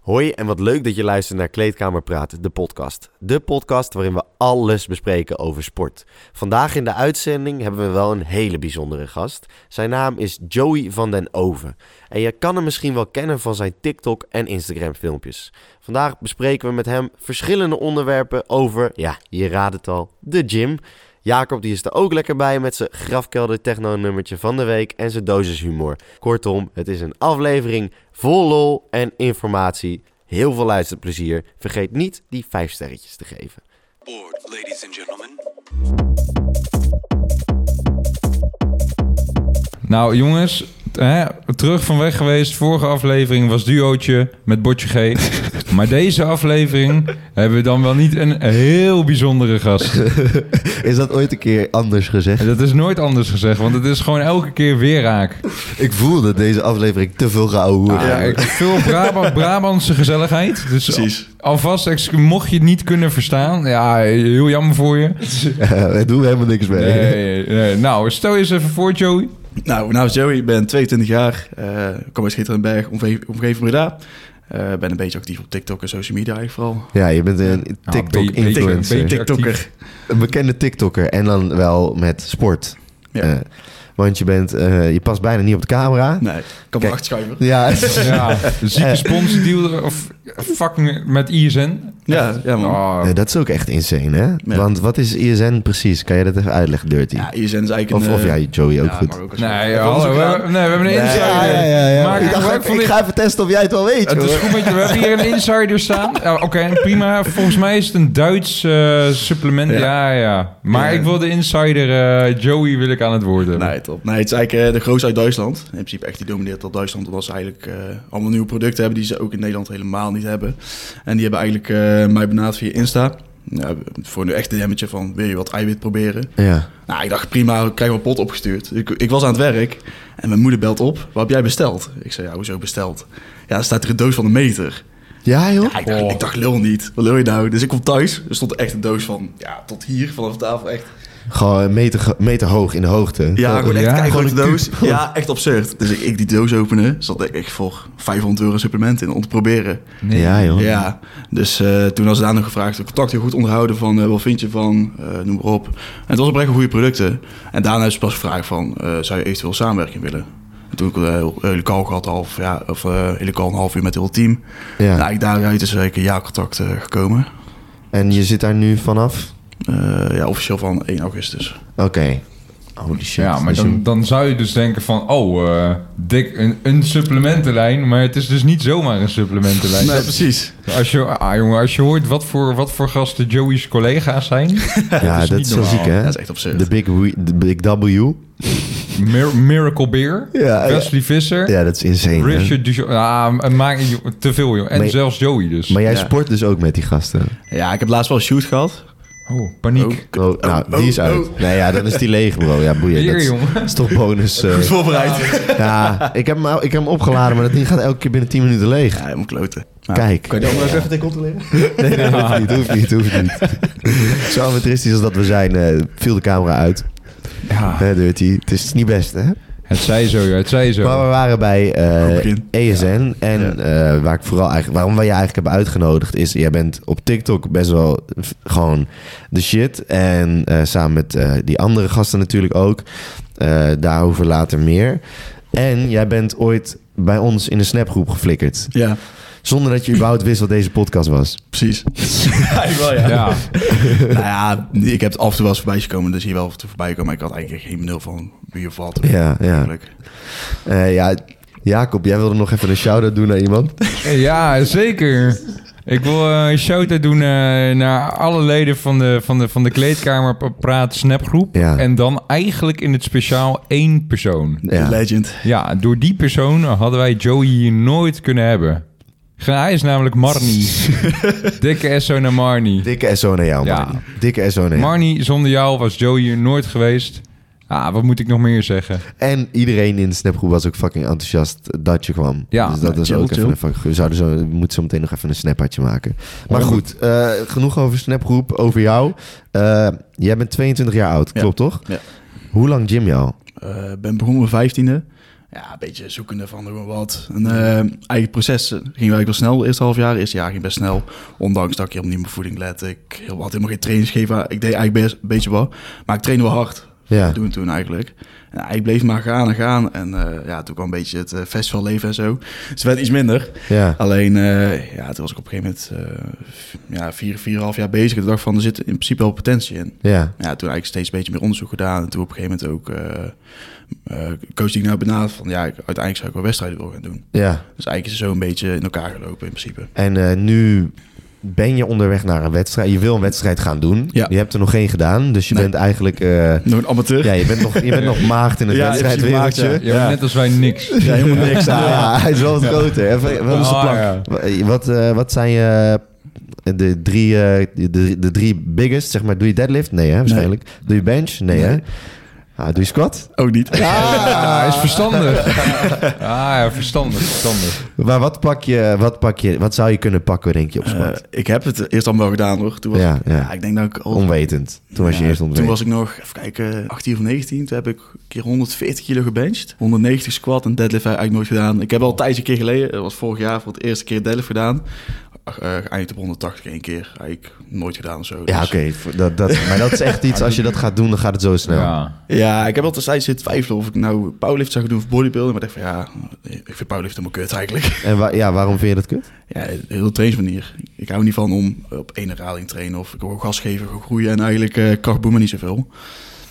Hoi en wat leuk dat je luistert naar Kleedkamer Praat, de podcast. De podcast waarin we alles bespreken over sport. Vandaag in de uitzending hebben we wel een hele bijzondere gast. Zijn naam is Joey van den Oven. En je kan hem misschien wel kennen van zijn TikTok en Instagram filmpjes. Vandaag bespreken we met hem verschillende onderwerpen over, ja, je raadt het al, de gym. Jacob die is er ook lekker bij met zijn grafkelder techno nummertje van de week en zijn dosis humor. Kortom, het is een aflevering vol lol en informatie. Heel veel luisterplezier. Vergeet niet die 5 sterretjes te geven. board, ladies and gentlemen. Nou, jongens, t- hè, terug van weg geweest. Vorige aflevering was duootje met Botje G. maar deze aflevering hebben we dan wel niet een heel bijzondere gast. Is dat ooit een keer anders gezegd? Dat is nooit anders gezegd, want het is gewoon elke keer weer raak. Ik voel dat deze aflevering te veel geouwe Ah, ik- Veel Brabant, Brabantse gezelligheid. Dus Precies. al- alvast, ex- mocht je het niet kunnen verstaan, ja, heel jammer voor je. Eh, Daar doen we helemaal niks mee. Nee, nee, nee. Nou, stel je eens even voor, Joey. Nou, mijn naam is Joey, ik ben 22 jaar, eh, kom uit Schitterenberg, omge- omgeving Breda. Eh, ben een beetje actief op TikTok en social media eigenlijk vooral. Ja, je bent een Ah, be- be- TikTok-influencer. be- TikToker. actief. Een bekende TikToker en dan wel met sport. Ja. Eh, want je, bent, eh, je past bijna niet op de camera. Nee, ik kan Kijk. me achterschuiven. Ja, Eh, Ja, zieke sponsordeal of fucking met ISN. Ja, ja man. Oh, Nee, dat is ook echt insane, hè? Ja. Want wat is ISN precies? Kan jij dat even uitleggen, Dirty? Ja, ISN is eigenlijk of, een... of eh, ja, Joey ook ja, goed. maar als- Nee, Ik heb hallo, onderzoek we, gedaan. hebben- nee, we hebben een insider. ja, ja, ja, ja. Maak er ik, dacht, gebruik ik, van ik dit. ga even testen of jij het wel weet. Het is hoor. goed met je. We hebben hier een insider staan. Ja, Oké, prima. Volgens mij is het een Duits eh, supplement. Ja, Ja. ja. Maar Ja. ik wil de insider eh, Joey wil ik aan het woord hebben. Nee, top. Nee, het is eigenlijk eh, de grootste uit Duitsland. In principe echt, die domineert al Duitsland. Omdat ze eigenlijk eh, allemaal nieuwe producten hebben die ze ook in Nederland helemaal niet hebben. En die hebben eigenlijk eh, mij benaderd via Insta. Nou, voor nu echt een demmetje van, wil je wat eiwit proberen? Ja. Nou, ik dacht prima, ik krijg wel pot opgestuurd. Ik, ik was aan het werk en mijn moeder belt op. Wat heb jij besteld? Ik zei, ja, hoezo besteld? Ja, er staat er een doos van een meter. ja, joh. Ja, ik, dacht, Oh. ik dacht, lul niet. Wat wil je nou? Dus ik kom thuis, er stond echt een doos van, ja, tot hier, vanaf de tafel echt. Gewoon een meter, ge- meter hoog in de hoogte. Ja, gewoon echt ja, keigrote gewoon een doos. Ja, echt absurd. Dus ik, ik die doos openen, zat ik echt voor 500 euro supplement in om te proberen. Nee. Ja, joh. Ja, dus eh, toen was het aan nog gevraagd, contact heel goed onderhouden van eh, wat vind je van, eh, noem maar op. En het was oprecht een goede producten. En daarna is het pas gevraagd van, eh, zou je eventueel samenwerking willen? En toen heb ik eh, heel- hele call gehad, half, ja, of eh, hele call een half uur met het hele team. Ja. Nou, ik daaruit is eigenlijk een ja-contact eh, gekomen. En je zit daar nu vanaf? Eh, ja, officieel van 1 augustus. Oké. Holy shit. Ja, maar Dus dan, je- dan zou je dus denken van, oh, eh, dik, een, een supplementenlijn. Maar het is dus niet zomaar een supplementenlijn. precies. Als, je, ah, jongen, als je hoort wat voor, wat voor gasten Joey's collega's zijn. ja, is dat niet is zo normaal. ziek, hè? Dat is echt absurd. De big, we- de big W. Mir- Miracle Beer, Ja, ja. Wesley Visser, Ja, dat is insane. hè? Richard Dujon. Ah, maak te veel, joh. En Maar- zelfs Joey dus. Maar jij Ja. sport dus ook met die gasten. Ja, ik heb laatst wel een shoot gehad. oh, paniek. Ook. Oh, nou, die is oh, uit. oh. Nee, ja, dan is die leeg, bro. Ja, boeien. Hier, Dat is, jongen. dat is toch bonus. eh. Voorbereid. ja, ik heb, hem, al- ik heb hem opgeladen, maar dat ding gaat elke keer binnen 10 minuten leeg. Ja, helemaal kloten. Nou, Kijk. Kan je die andere even tegen controleren? Nee, nee, hoeft niet, hoeft niet, hoeft niet. Zo amateuristisch als dat we zijn, eh, viel de camera uit. Ja. Hè, Dirty. Het is niet best, hè? Het zij zo, ja, het zij zo. Maar we waren bij Goed eh begin. ESN. En eh, waar ik vooral eigenlijk, waarom wij je eigenlijk hebben uitgenodigd is... Jij bent op TikTok best wel f- gewoon de shit. En eh, samen met eh, die andere gasten natuurlijk ook. Eh, daarover later meer. En jij bent ooit bij ons in een snapgroep geflikkerd. Ja, Zonder dat je überhaupt wist wat deze podcast was. precies. ja, ik wel, ja. ja. Nou ja, ik heb het af en toe wel eens voorbij zien komen, dus hier wel te voorbij komen. Maar ik had eigenlijk geen benul van wie of wat. Ja, ja. Eigenlijk. Eh, ja, Jacob, jij wilde nog even een shout-out doen naar iemand. ja, zeker. Ik wil eh, een shout-out doen eh, naar alle leden van de, van de, van de Kleedkamer P- Praat Snapgroep. Ja. En dan eigenlijk in het speciaal één persoon. Ja. Legend. Ja, door die persoon hadden wij Joey hier nooit kunnen hebben. Hij is namelijk Marnie. Dikke SO naar Marnie. Dikke SO naar jou, Ja. man. Dikke SO naar jou. Marnie, zonder jou was Joey hier nooit geweest. Ah, wat moet ik nog meer zeggen? En iedereen in de snapgroep was ook fucking enthousiast dat je kwam. Ja, dus dat nou, is chill, ook even chill. een fucking... We zouden zo, we moeten zo meteen nog even een snaphatje maken. Maar goed, eh, genoeg over snapgroep, over jou. Eh, jij bent 22 jaar oud, Ja. klopt toch? Ja. Hoe lang gym je al? Eh ben begonnen mijn vijftiende. Ja, een beetje zoekende van doen we wat. En, eh, eigen proces eh, ging wel wel snel. Eerste half jaar, eerste jaar ging best snel. Ondanks dat ik helemaal niet op mijn voeding lette. Ik heel- had helemaal geen trainingsgeven. Ik deed eigenlijk best een beetje wat. Maar ik trainde wel hard. Ja. Dat doen we toen eigenlijk. En hij bleef maar gaan en gaan. En eh, ja, toen kwam een beetje het eh, festivalleven en zo. Dus het werd iets minder. Ja. Alleen, eh, ja, toen was ik op een gegeven moment eh, v- ja, vier, vier, half jaar bezig. En toen dacht ik van, er zit in principe wel potentie in. Ja. Ja, toen eigenlijk steeds een beetje meer onderzoek gedaan. En toen op een gegeven moment ook eh, eh, coach die ik nou benaderd van... ja, ik- uiteindelijk zou ik wel wedstrijden willen gaan doen. Ja. Dus eigenlijk is het zo een beetje in elkaar gelopen in principe. En eh, nu ben je onderweg naar een wedstrijd. Je wil een wedstrijd gaan doen. Ja. Je hebt er nog geen gedaan. Dus je Nee. bent eigenlijk... eh, Nog een amateur? ja, je bent nog, je bent nog maagd in het Ja, wedstrijdwereldje. precies, maagd, Ja, maar Net als wij niks. Ja, helemaal Ja, niks. aan. Oh, ja, hij is wel wat groter. Even, wat, Ah, is de plank? ja. Wa- Wat, eh, wat zijn je de drie, eh, de, de drie biggest? Zeg maar, doe je deadlift? Nee, hè, waarschijnlijk. Doe je bench? Nee, hè? Nee. Ah, doe je squat? Ook niet. Ah, hij is verstandig. Ah, ja, verstandig, verstandig. Maar wat pak je, wat pak je, wat zou je kunnen pakken, denk je, op squat? Eh, ik heb het eerst allemaal wel gedaan hoor. Toen was Ja, ik, ja. ja, ik denk dat ik al onwetend. Toen was je Ja, eerst onwetend. Toen was ik nog, even kijken, 18 of 19. Toen heb ik een keer 140 kilo gebenched. 190 squat en deadlift heb ik eigenlijk nooit gedaan. Ik heb al een tijdje een keer geleden, dat was vorig jaar, voor het eerste keer deadlift gedaan. Ach, eh, geëindigd op 180 één keer. Eigenlijk nooit gedaan of zo. Ja, Dus- oké. v- Dat, dat, maar dat is echt iets, als je dat gaat doen, dan gaat het zo snel. Ja. Ja, ik heb altijd steeds zitten twijfelen of ik nou powerlift zou gaan doen of bodybuilding. Maar ik dacht van ja, ik vind powerlift helemaal kut eigenlijk. En wa- ja, waarom vind je dat kut? Ja, heel trainingsmanier. Ik hou niet van om op één herhaling te trainen of ik wil gas geven, gewoon groeien en eigenlijk eh kracht boemen niet zoveel.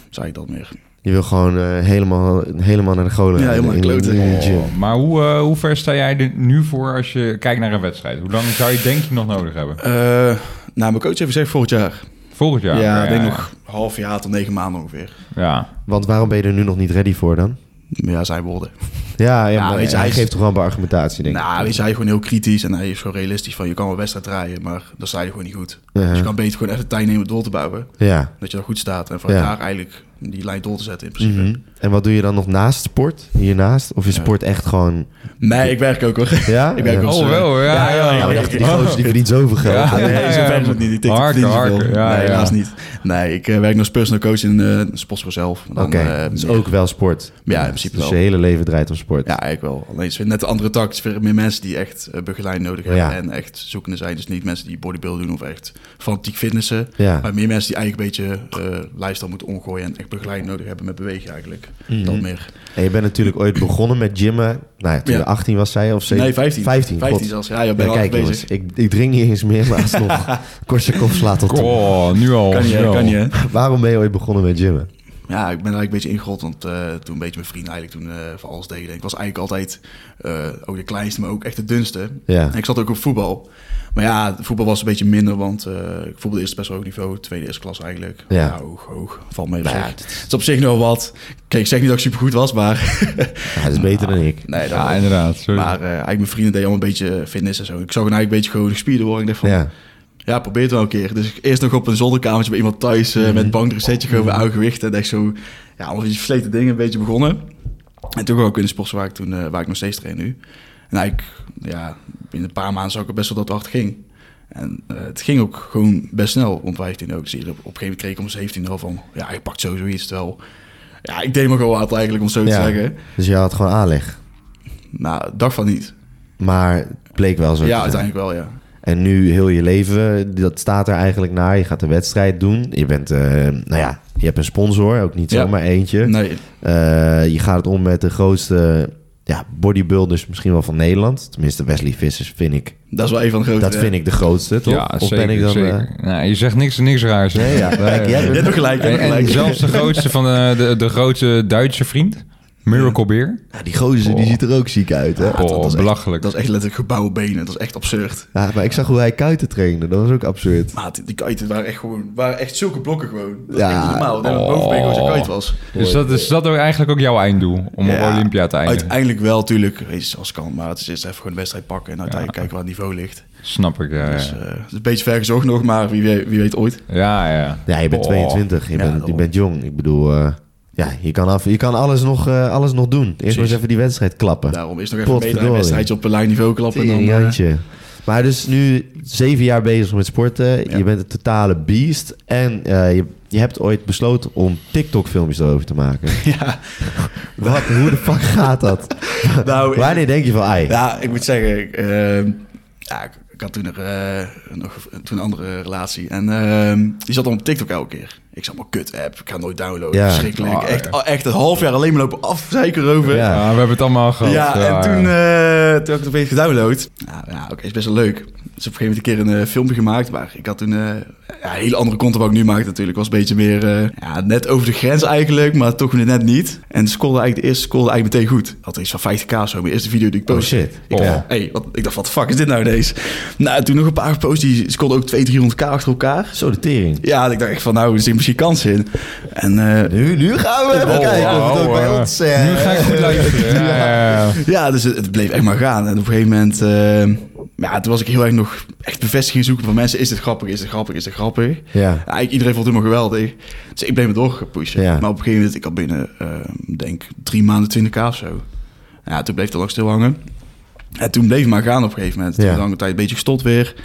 Zei ik dat meer. Je wil gewoon eh, helemaal, helemaal naar de golen. Ja, helemaal in- naar de in- in de kloten. Oh. gym. Maar hoe, eh, hoe ver sta jij er nu voor als je kijkt naar een wedstrijd? Hoe lang zou je denk je nog nodig hebben? Eh nou, mijn coach heeft gezegd vorig jaar. Volgend jaar? Ja, ik denk ja. nog een half jaar tot negen maanden ongeveer. Ja. Want waarom ben je er nu nog niet ready voor dan? Ja, zijn woorden. Ja, ja, Ja, maar weet je, hij hij is- geeft toch wel een paar argumentatie, denk ik. Nou, is hij gewoon heel kritisch en hij is gewoon realistisch van je kan wel wedstrijd draaien, maar dan sta je gewoon niet goed. Ja. Dus je kan beter gewoon even de tijd nemen door te bouwen, Ja. dat je dan goed staat en van Ja. daar eigenlijk die lijn door te zetten in principe. Mhm. En wat doe je dan nog naast sport? Hiernaast? Of je sport echt gewoon... Nee, ik werk ook hoor. Ja? ik werk Ja. ook. Oh, wel, ja. ja, ja, Ja, ja, maar ja. dacht je, die gozer die verdient zoveel geld. Ja. hè? Nee, zo ver is het niet. Die TikTok Harken, verdient zoveel. harken. Ja, nee, ja. helaas niet. Nee, ik eh, werk nog als personal coach in eh Sportschool zelf. Oké, dus ook wel sport. eh, Ja, in principe Dus je wel. hele leven draait om sport. Ja, eigenlijk wel. Alleen het is weer net een andere tak. Het is weer meer mensen die echt eh, begeleiding nodig hebben Ja. en echt zoekende zijn. Dus niet mensen die bodybuilding doen of echt fanatiek fitnessen. Ja. Maar meer mensen die eigenlijk een beetje eh lifestyle moeten omgooien en echt begeleiding nodig hebben met bewegen eigenlijk. Mhm. Dat meer. En je bent natuurlijk ooit begonnen met gymmen. Nou ja, toen Ja. je 18 was, zij of 17? Nee, 15. 15, 15 god. zelfs. Ja, ja, ben Ja, al kijk bezig. jongens, ik, ik drink niet eens meer, maar alsnog. Korsakov slaat tot toe. Oh, nu al. Kan je, zo. kan je. Waarom ben je ooit begonnen met gymmen? Ja, ik ben eigenlijk een beetje ingerold, want eh, toen een beetje mijn vrienden eigenlijk toen eh van alles deden. Ik was eigenlijk altijd eh, ook de kleinste, maar ook echt de dunste. Ja. En ik zat ook op voetbal. Maar ja, voetbal was een beetje minder, want eh, ik voetbalde eerst best wel hoog niveau, tweede eerste klas eigenlijk. Ja. hoog, hoog, valt mee. op Nou zich. ja, Het is op zich nog wat. Kijk, ik zeg niet dat ik supergoed was, maar... Ja, dat is beter dan ik. nee, dat Ja, inderdaad. Sorry. Maar eh, eigenlijk mijn vrienden deden allemaal een beetje fitness en zo. Ik zag hen eigenlijk een beetje gewoon gespierder worden. Ik dacht van, Ja. ja, probeer het wel een keer. Dus ik eerst nog op een zolderkamertje bij iemand thuis eh, Mhm. met bankdruk setje gewoon bij oude gewichten. En echt zo, ja, allemaal die versleten dingen een beetje begonnen. En toen ook in de sports waar ik, toen, eh, waar ik nog steeds train nu. En eigenlijk, ja, binnen een paar maanden zag ik het best wel dat het hard ging. En eh, het ging ook gewoon best snel om 15 ook. Dus ieder- op een gegeven moment kreeg ik om 17 al van, ja, je pakt sowieso iets. Terwijl, ja, ik deed me gewoon hard eigenlijk, om het zo te Ja. zeggen. Dus je had gewoon aanleg. Nou, dag van niet. Maar het bleek wel zo te Ja, zijn. uiteindelijk wel, ja. En nu heel je leven, dat staat er eigenlijk naar. Je gaat een wedstrijd doen. Je bent, eh, nou ja, je hebt een sponsor, ook niet Ja. zomaar eentje. Nee, Eh, je gaat het om met de grootste ja, bodybuilders misschien wel van Nederland. Tenminste, Wesley Vissers vind ik. dat eh, is wel een van de grote... Dat vind ik de grootste, toch? ja, of zeker, ben ik dan... eh, zeker. Nou, je zegt niks, niks raars. Nee, ja, kijk, jij Je bent- hebt ook gelijk, je En, hebt ook en gelijk. zelfs de grootste van de, de, de grote Duitse vriend, Miracle Beer. Ja, die gozer, die Oh. ziet er ook ziek uit, hè? Oh, dat is echt- belachelijk. Dat is echt letterlijk gebouwen benen. Dat is echt absurd. Ja, maar ik zag hoe hij kuiten trainde. Dat was ook absurd. Maat, die kuiten waren echt gewoon... waren echt zulke blokken gewoon. Dat is Ja. echt niet normaal. Dat Oh. oh. bovenbeen gewoon zo'n kuit was. Dus dat is dat ook eigenlijk ook jouw einddoel, om op Ja, Olympia te eindigen. Uiteindelijk wel, natuurlijk. Weet je, als kan. Maar het is eerst even gewoon een wedstrijd pakken. En uiteindelijk kijken waar het niveau ligt. Snap ik, ja. Dus, ja. eh, het is een beetje ver gezocht nog. Maar wie weet, wie weet ooit. ja, ja. Ja, je bent Oh. 22. Je, Ja, bent, je daarom. bent jong. Ik bedoel, eh, ja, je kan, af, je kan alles, nog, eh, alles nog doen. Eerst maar eens even die wedstrijd klappen. Daarom is nog even mee naar Potverdorie. een wedstrijdje op een lijn niveau klappen. En dan, eh, Teringhandje. Maar dus nu zeven jaar bezig met sporten. Ja. Je bent een totale beest. En eh, je, je hebt ooit besloten om TikTok-filmpjes erover te maken. Ja, Wat, hoe de fuck gaat dat? nou, ik, Wanneer denk je van, ai, ja, ik moet zeggen, ik, eh, ja, ik, ik had toen nog, eh, nog toen een andere relatie. En ehm, die zat dan op TikTok elke keer. Ik zat maar kut app, ik ga nooit downloaden. Ja. Verschrikkelijk. Ah, echt, echt een half jaar alleen maar lopen afzeiken over. Ja. Ja, we hebben het allemaal gehad. Ja, en toen, ja. eh, toen heb ik het opeens gedownload. Nou ja, oké, is best wel leuk. Dus op een gegeven moment een keer een eh, filmpje gemaakt. Maar ik had toen eh, ja, een hele andere content wat ik nu maak natuurlijk. Was een beetje meer eh, ja, net over de grens eigenlijk, maar toch weer net niet. En scrollde eigenlijk de eerste scrollde eigenlijk meteen goed. Had er iets van 50k of zo, mijn eerste video die ik oh postte. shit. Ik, Oh. dacht, hey, wat, ik dacht, wat de fuck is dit nou deze? Nou, toen nog een paar gepost, die scrollden ook 200, 300k achter elkaar. Zo de tering. Ja, en ik dacht echt van, nou, er zit misschien kans in. En eh, Nu, nu gaan we even Oh, kijken of het ook oh, bij eh, ons... eh, Nu ga ik goed luisteren. Ja, ja, ja. Ja, dus het, het bleef echt maar gaan. En op een gegeven moment... eh, ja, toen was ik heel erg nog echt bevestiging zoeken van mensen. Is dit grappig? Is dit grappig? Is dit grappig? Ja, Eigenlijk iedereen vond het helemaal geweldig. Dus ik bleef me door gaan pushen. Ja. Maar op een gegeven moment, ik had binnen, eh, denk drie maanden 20k of zo. Ja, toen bleef het al lang stil hangen. En toen bleef het maar gaan op een gegeven moment. Toen Ja. lang een tijd een beetje gestopt weer.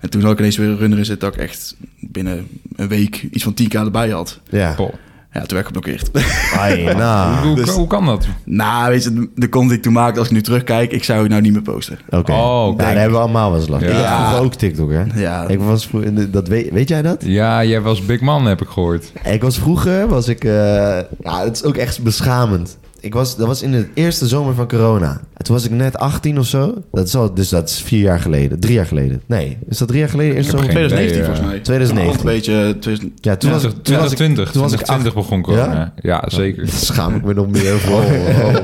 En toen had ik ineens weer een runner in zitten dat ik echt binnen een week iets van 10k erbij had. ja. Goh. Ja, toen werd ik geblokkeerd. Ai, nou. hoe, dus- hoe kan dat? Nou, weet je, de content die ik toen maakte, als ik nu terugkijk, ik zou het nou niet meer posten. Oké. Oh, Nou, oké. daar hebben we allemaal wel eens last van. Ja. Ik had vroeger ook TikTok, hè? Ja. Ik was vroeger, dat weet, weet jij dat? Ja, jij was big man, heb ik gehoord. Ik was vroeger, was ik... eh, nou, het is ook echt beschamend. Ik was, dat was in de eerste zomer van corona. En toen was ik net 18 of zo. Dat is al, dus dat is vier jaar geleden. Drie jaar geleden. Nee, is dat drie jaar geleden? Eerste heb zomer? geen- 2019 Nee, volgens ja. mij. 2019. Een beetje... eh, 2000 Ja, toen was, ik- toen was ik 2020. toen was ik 2020 begon corona. Ja, zeker. Schaam ik me nog meer voor.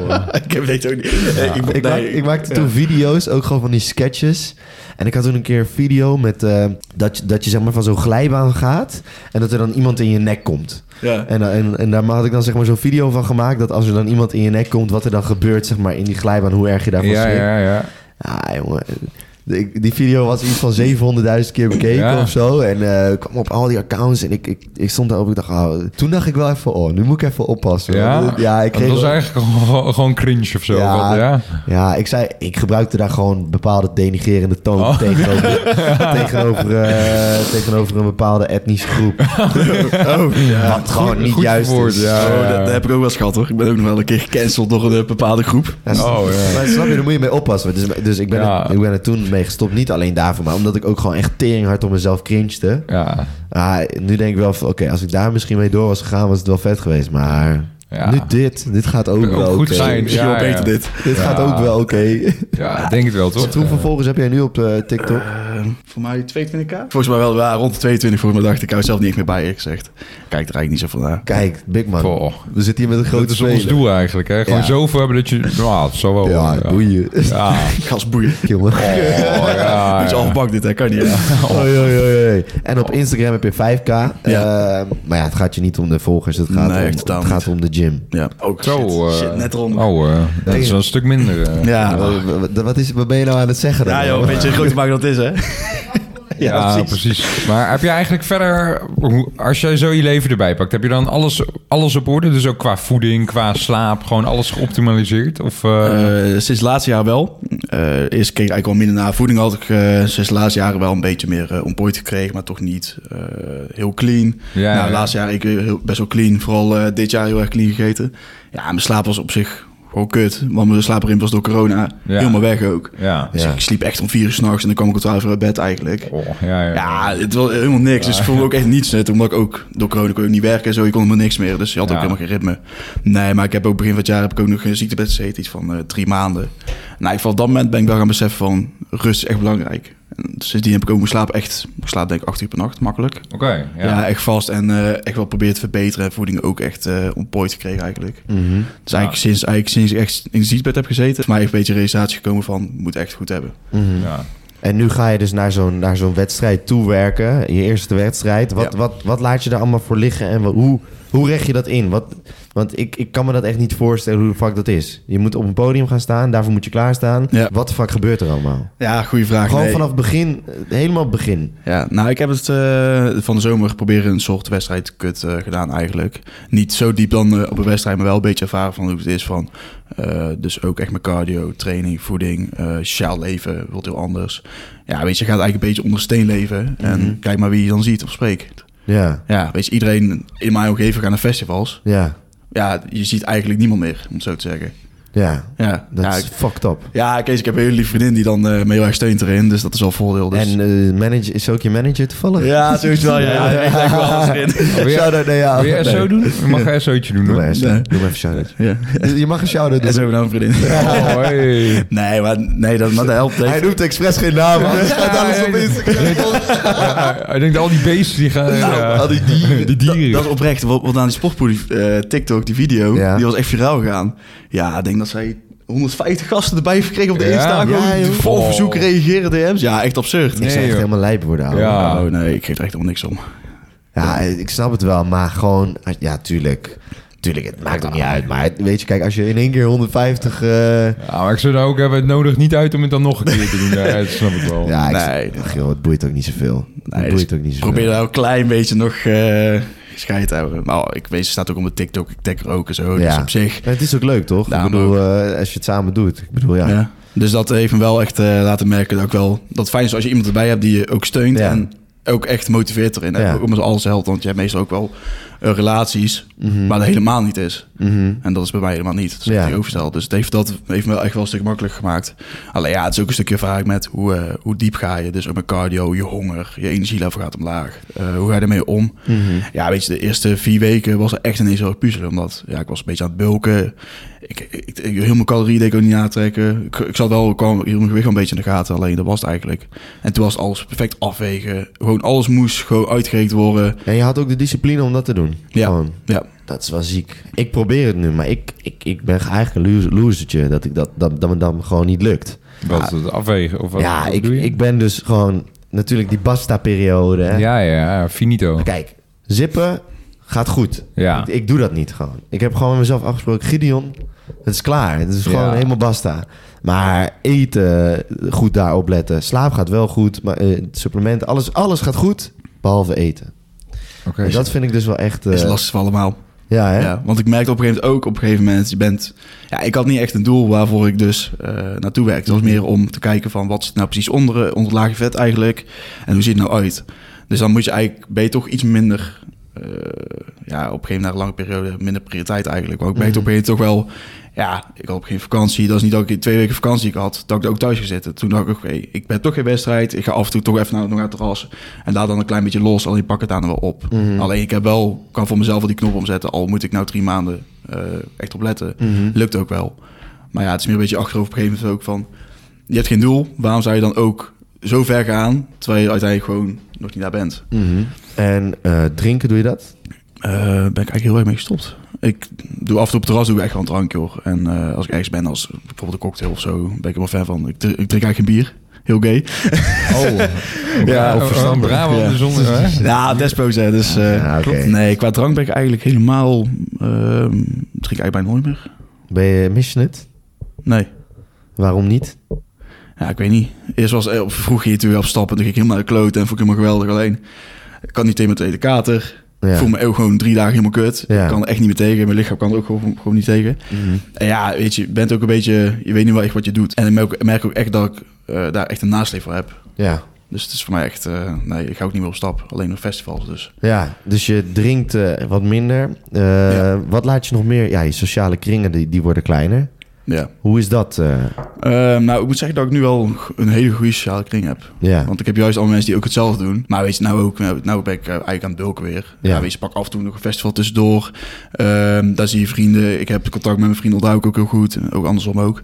ik heb het ook niet. Eh, ik, Ik, maak- Oh, nee. ik maakte toen video's, ook gewoon van die sketches. En ik had toen een keer een video met eh, dat, je- dat je zeg maar van zo'n glijbaan gaat. En dat er dan iemand in je nek komt. Ja. En, dan- en, en daar had ik dan zeg maar zo'n video van gemaakt. Dat als er dan iemand in je nek komt, wat er dan gebeurt zeg maar in die glijbaan. Hoe erg je daarvan Ja, schrikt. ja, ja. Ah, jongen. Ik- Die video was iets van 700.000 keer bekeken Ja. of zo. En eh, ik kwam op al die accounts en ik, ik, ik stond daarop. Ik dacht, oh, toen dacht ik wel even, oh, nu moet ik even oppassen. Ja, ja ik kreeg dat was wel- eigenlijk gewoon, gewoon cringe of zo. Ja. Ja. ja. Ja, ik zei, ik gebruikte daar gewoon bepaalde denigerende toon Oh. tegenover, tegenover, eh, tegenover een bepaalde etnische groep. Oh, Wat gewoon niet goed juist verwoord, is. ja. Oh, dat, dat heb ik ook wel eens gehad hoor. Ik ben ook nog wel een keer gecanceld door een eh, bepaalde groep. Ja, snap- Oh, ja. Maar snap je, daar moet je mee oppassen. Dus, dus ik, ben Ja. er, ik ben er toen mee gestopt. Niet alleen daarvoor, maar omdat ik ook gewoon echt teringhard op mezelf cringete. Ja. Ah, nu denk ik wel van, oké, als ik daar misschien mee door was gegaan, was het wel vet geweest. Maar Ja. nu dit, dit gaat ook Ook wel goed oké. zijn. Misschien ja, wel beter ja. dit. Dit gaat Ja. ook wel oké. Ja, ik denk het wel, toch? Wat hoeveel volgers heb jij nu op eh, TikTok? Eh, voor mij 22k? Volgens mij wel ja, rond de 22 voor me dacht ik. Ik hou het zelf niet echt meer bij eerlijk gezegd. Kijk er eigenlijk niet zo van naar. Kijk, big man. Goh. We zitten hier met een Dat grote is ons speler. doel eigenlijk, hè? Gewoon Ja. zoveel hebben dat je... Nou, het zal wel. Ja, boeien. Ja. Gas boeien. Kill me. Oh, ja, Moet je ja. afbak dit hè, kan niet. hè. Oei, oei, oei, oei. En op Instagram heb je 5k. Ja. Eh, maar ja, het gaat je niet om de volgers. Het gaat, Nee, om, totaal het gaat niet. om de gym. Ja, ook Zo, shit. eh, Shit, net eronder. Oh, eh, dat is wel een stuk minder. eh. Ja, Wat- wat, wat is, wat ben je nou aan het zeggen? dan? ja joh, een beetje groter maken dan het is hè. Ja, precies. Maar heb je eigenlijk verder, hoe- als jij zo je leven erbij pakt, heb je dan alles, alles op orde? Dus ook qua voeding, qua slaap, gewoon alles geoptimaliseerd? Of, eh, Eh, sinds het laatste jaar wel. Eh eerst keek ik eigenlijk wel minder naar voeding. Had ik eh, sinds het laatste jaren wel een beetje meer eh on point gekregen, maar toch niet eh, heel clean. Ja, nou, ja. laatste jaar ik weer heel, best wel clean. Vooral eh, dit jaar heel erg clean gegeten. Ja, mijn slaap was op zich gewoon kut. Want mijn slaapriem was door corona Ja. helemaal weg ook. ja. Dus Ja. ik sliep echt om vier uur s'nachts en dan kwam ik om twaalf uur uit bed eigenlijk. Oh, ja, ja. Ja, het was helemaal niks. Dus ik voelde me ook echt niets net. Omdat ik ook door corona kon ik niet werken en zo. Je kon helemaal niks meer. Dus je had Ja. ook helemaal geen ritme. Nee, maar ik heb ook begin van het jaar heb ik ook nog een ziektebed gezeten. Iets van eh, drie maanden. Nou, ik, van op dat moment ben ik wel gaan beseffen van rust is echt belangrijk. En sindsdien heb ik ook mijn slaap echt... Ik slaap denk ik acht uur per nacht, makkelijk. Oké, Ja, ja. echt vast. En eh, echt wel proberen te verbeteren. En voeding ook echt eh on point gekregen eigenlijk. Mhm. Dus eigenlijk, sinds, eigenlijk sinds ik echt in het ziektebed heb gezeten... is mij echt een beetje realisatie gekomen van... moet echt goed hebben. Mhm. ja. En nu ga je dus naar zo'n, naar zo'n wedstrijd toewerken. Je eerste wedstrijd. Wat, Ja. wat, wat laat je daar allemaal voor liggen? En wa- hoe, hoe leg je dat in? Wat, want ik, ik kan me dat echt niet voorstellen hoe de fuck dat is. Je moet op een podium gaan staan. Daarvoor moet je klaarstaan. Ja. Wat de fuck gebeurt er allemaal? Ja, goede vraag. Gewoon nee. vanaf het begin. eh, Helemaal het begin. Ja, nou, ik heb het eh, van de zomer proberen een soort wedstrijd kut gedaan eigenlijk. Niet zo diep dan eh, op een wedstrijd, maar wel een beetje ervaren van hoe het is van... eh, dus ook echt mijn cardio, training, voeding, eh sociaal leven, Mhm. wat heel anders. Ja, weet je, je gaat eigenlijk een beetje onder steen leven. En kijk maar wie je dan ziet of spreekt. Ja, Ja, weet je, iedereen in mijn omgeving gaat naar festivals. ja, Ja, je ziet eigenlijk niemand meer, om het zo te zeggen. ja. Ja, Dat ja, is ik- fucked up. ja Kees, ik heb een hele lieve vriendin die dan eh me heel erg steunt erin. Dus dat is wel een voordeel. Dus. En eh, manager, is ze ook je manager toevallig? ja, sowieso wel. Ja, ja, ik leg wel alles erin. Wil je, Shout-out naar jou. wil je SO Nee. doen? Je mag een SO'tje doen Doe hoor. maar SO. Ah, Nee. Doe maar even shout-out. Ja. Je mag een shout-out En doen. zo hebben we nou een vriendin. Oh, hey. Nee, maar, nee dat, maar dat helpt. Hij Even. noemt expres geen naam. Hij staat alles op ja, ja. Instagram. Ja, ik denk dat al die beesten die gaan... eh, Nou, ja. al die dieren. Die dieren. Dat, dat is oprecht. Want want aan die sportpool, eh TikTok, die video, Ja. die was echt viraal gegaan. Ja, ik denk dat zij 150 gasten erbij heeft gekregen op de Ja? Insta. gewoon Ja, joh. vol Oh. verzoeken reageren, DM's. Ja, echt absurd. Ik Nee, zou echt joh. helemaal lijp worden, ouwe. Ja. Oh nee, ik geef er echt helemaal niks om. Ja, ik snap het wel, maar gewoon... Ja, tuurlijk. Tuurlijk, het maakt ook niet uit. Maar het- weet je, kijk, als je in één keer 150... eh, Ja, maar ik zou daar ook hebben het nodig niet uit om het dan nog een keer te doen. Ja, dat snap ik wel. ja, ik, Nee, ach, joh, het boeit ook niet zoveel. Nee, het dus boeit ook niet zoveel. Probeer daar een klein beetje nog eh scheid te houden. Maar oh, ik weet, ze staat ook op mijn TikTok. Ik tag er ook en zo. Dus op zich. Maar het is ook leuk, toch? Ja, ik bedoel, eh, als je het samen doet. Ik bedoel, ja. Ja. Dus dat heeft me wel echt eh, laten merken dat ik wel dat het fijn is als je iemand erbij hebt die je ook steunt Ja. en ook echt motiveert erin. Ja. En Ook om alles helpt, want je hebt meestal ook wel eh, relaties Mhm. waar dat helemaal niet is. Mhm. En dat is bij mij helemaal niet. Dat is Ja. ja. overstel. Dus het heeft, dat heeft me wel echt wel een stuk makkelijker gemaakt. Alleen ja, het is ook een stukje vraag met hoe, eh, hoe diep ga je. Dus ook met cardio, je honger, je energielevel gaat omlaag. Eh, hoe ga je ermee om? Mhm. Ja, weet je, de eerste vier weken was er echt ineens heel erg puzzelen. Omdat ja, ik was een beetje aan het bulken. Ik, ik, ik- heel mijn calorieën deed ik ook niet natrekken. Ik, ik zat wel, kwam heel mijn gewicht wel een beetje in de gaten. Alleen dat was het eigenlijk. En toen was alles perfect afwegen. Gewoon alles moest gewoon uitgerekend worden. En je had ook de discipline om dat te doen. Ja. Gewoon. Ja, Dat is wel ziek. Ik probeer het nu, maar ik, ik, ik ben eigenlijk een loser- losertje dat, ik dat, dat, dat me dan gewoon niet lukt. Wat, het afwegen? Of wat, ja, wat ik, doe je? ik eh, ben dus gewoon natuurlijk die basta-periode. hè. Ja, ja, ja, finito. Kijk, zippen gaat goed. Ja. Ik, ik doe dat niet gewoon. Ik heb gewoon met mezelf afgesproken, Gideon, het is klaar. Het is gewoon Ja. helemaal basta. Maar eten, goed daarop letten. Slaap gaat wel goed, maar eh, supplementen, alles, alles gaat goed, behalve eten. Oké. En dat vind ik dus wel echt... eh, is lastig voor allemaal. Ja, hè? Ja, want ik merkte op een gegeven moment ook, op een gegeven moment, je bent... Ja, ik had niet echt een doel waarvoor ik dus eh, naartoe werkte. Het was meer om te kijken van, wat zit nou precies onder, onder het lage vet eigenlijk? En hoe ziet het nou uit? Dus dan moet je eigenlijk, ben je toch iets minder... eh, ja, op een gegeven moment na een lange periode minder prioriteit eigenlijk. Want ik merkte op een gegeven moment toch wel... Ja, ik had op geen vakantie. Dat is niet dat ik twee weken vakantie ik had. Dat ik er ook thuis gezeten. Toen dacht ik, oké, ik ben toch geen wedstrijd. Ik ga af en toe toch even naar, nog naar het terras. En laat dan een klein beetje los. Alleen pak het daar dan wel op. Alleen ik heb wel, kan voor mezelf wel die knop omzetten. Al moet ik nou drie maanden eh, echt op letten. Lukt ook wel. Maar ja, het is meer een beetje achterover op een gegeven moment ook van... Je hebt geen doel. Waarom zou je dan ook zo ver gaan... terwijl je uiteindelijk gewoon nog niet daar bent? Mhm. En eh, drinken, doe je dat? Eh, ben ik eigenlijk heel erg mee gestopt. Ik doe af en toe op het terras doe ik echt wel een drankje hoor. En eh, als ik ergens ben, als bijvoorbeeld een cocktail of zo, ben ik er wel fan van. Ik, drink- ik drink eigenlijk geen bier. Heel gay. Oh, ja, of verstand. Bravo, Ja. de zon. Hè? Ja, despo's hè. Dus, eh, Ja, oké. Nee, qua drank ben ik eigenlijk helemaal... ehm, drink ik eigenlijk bijna nooit meer. Ben je, mis je het? Nee. Waarom niet? Ja, ik weet niet. Eerst was eh, op- vroeg ging je natuurlijk op stappen. Toen ging ik helemaal naar de kloot en vond ik helemaal geweldig. Alleen, ik kan niet tegen mijn tweede kater. Ja. Ik voel me ook gewoon drie dagen helemaal kut. Ja. Ik kan er echt niet meer tegen. Mijn lichaam kan er ook gewoon, gewoon niet tegen. Mhm. En ja, weet je, je bent ook een beetje... Je weet niet wel echt wat je doet. En ik merk, ik merk ook echt dat ik eh, daar echt een nasleep voor heb. Ja. Dus het is voor mij echt... eh, nee, ik ga ook niet meer op stap. Alleen op festivals dus. Ja, dus je drinkt eh, wat minder. Eh, Ja. Wat laat je nog meer? Ja, je sociale kringen die, die worden kleiner. Ja. Hoe is dat? eh? Ehm, nou, ik moet zeggen dat ik nu wel een go- een hele goede sociale kring heb. ja. Want ik heb juist al mensen die ook hetzelfde doen. Maar weet je, nou ook, nou, nou ben ik eh, eigenlijk aan het bulken weer. Ja. Ja. weet je, pak af en toe nog een festival tussendoor. Ehm, daar zie je vrienden. Ik heb contact met mijn vrienden daar ook, ook heel goed. En Ook andersom ook.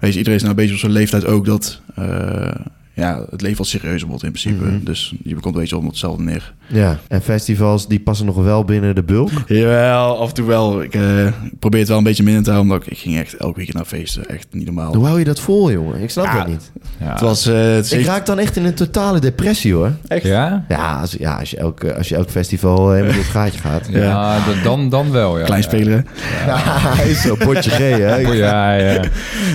Weet je, iedereen is nou een beetje op zijn leeftijd ook dat... eh, ja, het leven wat serieuzer wordt in principe. Mhm. Dus je komt een beetje om hetzelfde neer. ja. En festivals die passen nog wel binnen de bulk. Jawel, af en toe wel. Ik eh, ik probeer het wel een beetje minder te houden. Omdat ik, ik ging echt elke weekend naar feesten. Echt niet normaal. Hoe hou je dat vol, jongen? Ik snap Ja, dat niet. Ja. Het was... eh, het is Ik echt- raak dan echt in een totale depressie, hoor. Ja? Ja, als, ja, als, je, elke, als je elk festival eh, helemaal door het gaatje gaat. Ja, d- dan, dan wel, ja. Oh, Klein spelen. hè? Ja, is zo. Potje G, hè? Ik Ja, ja.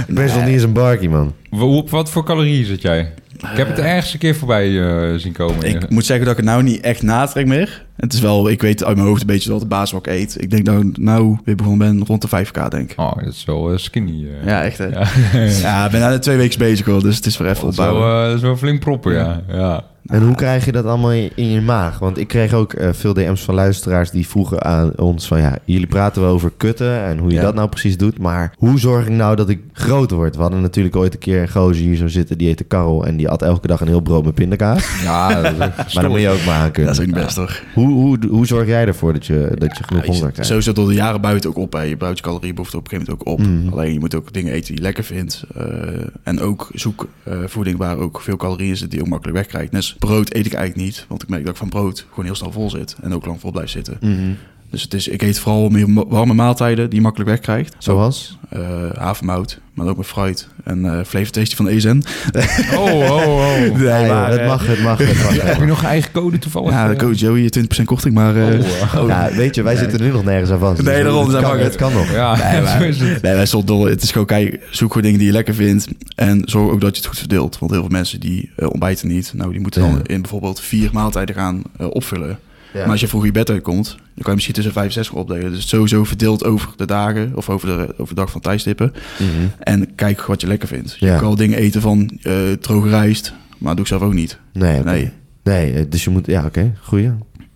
ben nog niet eens een barkie, man. Wa- Op wat voor calorieën zit jij? Ik heb het ergens een keer voorbij eh, zien komen. Ik moet zeggen dat ik het nou niet echt natrek meer. Het is wel, ik weet uit mijn hoofd een beetje wat de baas wat ik eet. Ik denk dat ik nou weer begonnen ben rond de 5k, denk ik. Oh, dat is wel eh, skinny. eh. Ja, echt hè. Ja. Ja, ik ben nu twee weken bezig hoor, dus het is weer even Dat, is wel, opbouwen. eh, dat is wel flink proppen, ja. ja. En Nou, hoe krijg je dat allemaal in in je maag? Want ik kreeg ook eh, veel DM's van luisteraars die vroegen aan ons van... ja, jullie praten wel over kutten en hoe je Ja. dat nou precies doet... maar hoe zorg ik nou dat ik groot word? We hadden natuurlijk ooit een keer een gozer hier zo zitten... die heette Karel en die at elke dag een heel brood met pindakaas. Ja, dat is ook maar dan moet je ook maar aan Dat kunnen. is ook niet best hoor. Hoe, hoe, hoe zorg jij ervoor dat je, dat je genoeg Ja, je honger zit krijgt? sowieso door de jaren buiten ook op. Hè. Je bouwt je caloriebehoefte op een gegeven moment ook op. Mhm. Alleen je moet ook dingen eten die je lekker vindt. eh, en ook zoek eh, voeding waar ook veel calorieën zitten die je ook makkelijk wegkrijgt. Dus brood eet ik eigenlijk niet. Want ik merk dat ik van brood gewoon heel snel vol zit. En ook lang vol blijf zitten. Mhm. Dus het is, ik eet vooral meer ma- warme maaltijden die je makkelijk wegkrijgt. Zoals? Eh, havermout, maar ook met fruit. En eh flavor tasty van de ESN. Oh, oh, oh. Nee, maar, joh, het eh, mag, het mag, het mag. Heb je nog een eigen code toevallig? Oh, Ja, de Eh, coach Joey, 20% korting. Maar eh, Ja, weet je, wij zitten nu nog nergens aan vast. Nee, Dus daarom, het daar kan, mag het. het kan nog. Ja, zo is het. Nee, wij zijn dol. Het is gewoon kijk, zoek gewoon dingen die je lekker vindt. En zorg ook dat je het goed verdeelt. Want heel veel mensen die eh, ontbijten niet. Nou, die moeten Ja. dan in bijvoorbeeld vier maaltijden gaan eh, opvullen. Ja. Maar als je vroeg je bed uitkomt, dan kan je misschien tussen vijf en zes gaan opdelen. Dus sowieso verdeeld over de dagen of over de, over de dag van tijdstippen. Mhm. En kijk wat je lekker vindt. Je Ja. kan wel dingen eten van eh droge rijst, maar dat doe ik zelf ook niet. Nee, oké. Nee. Nee, eh, dus je moet... Ja, oké. goeie.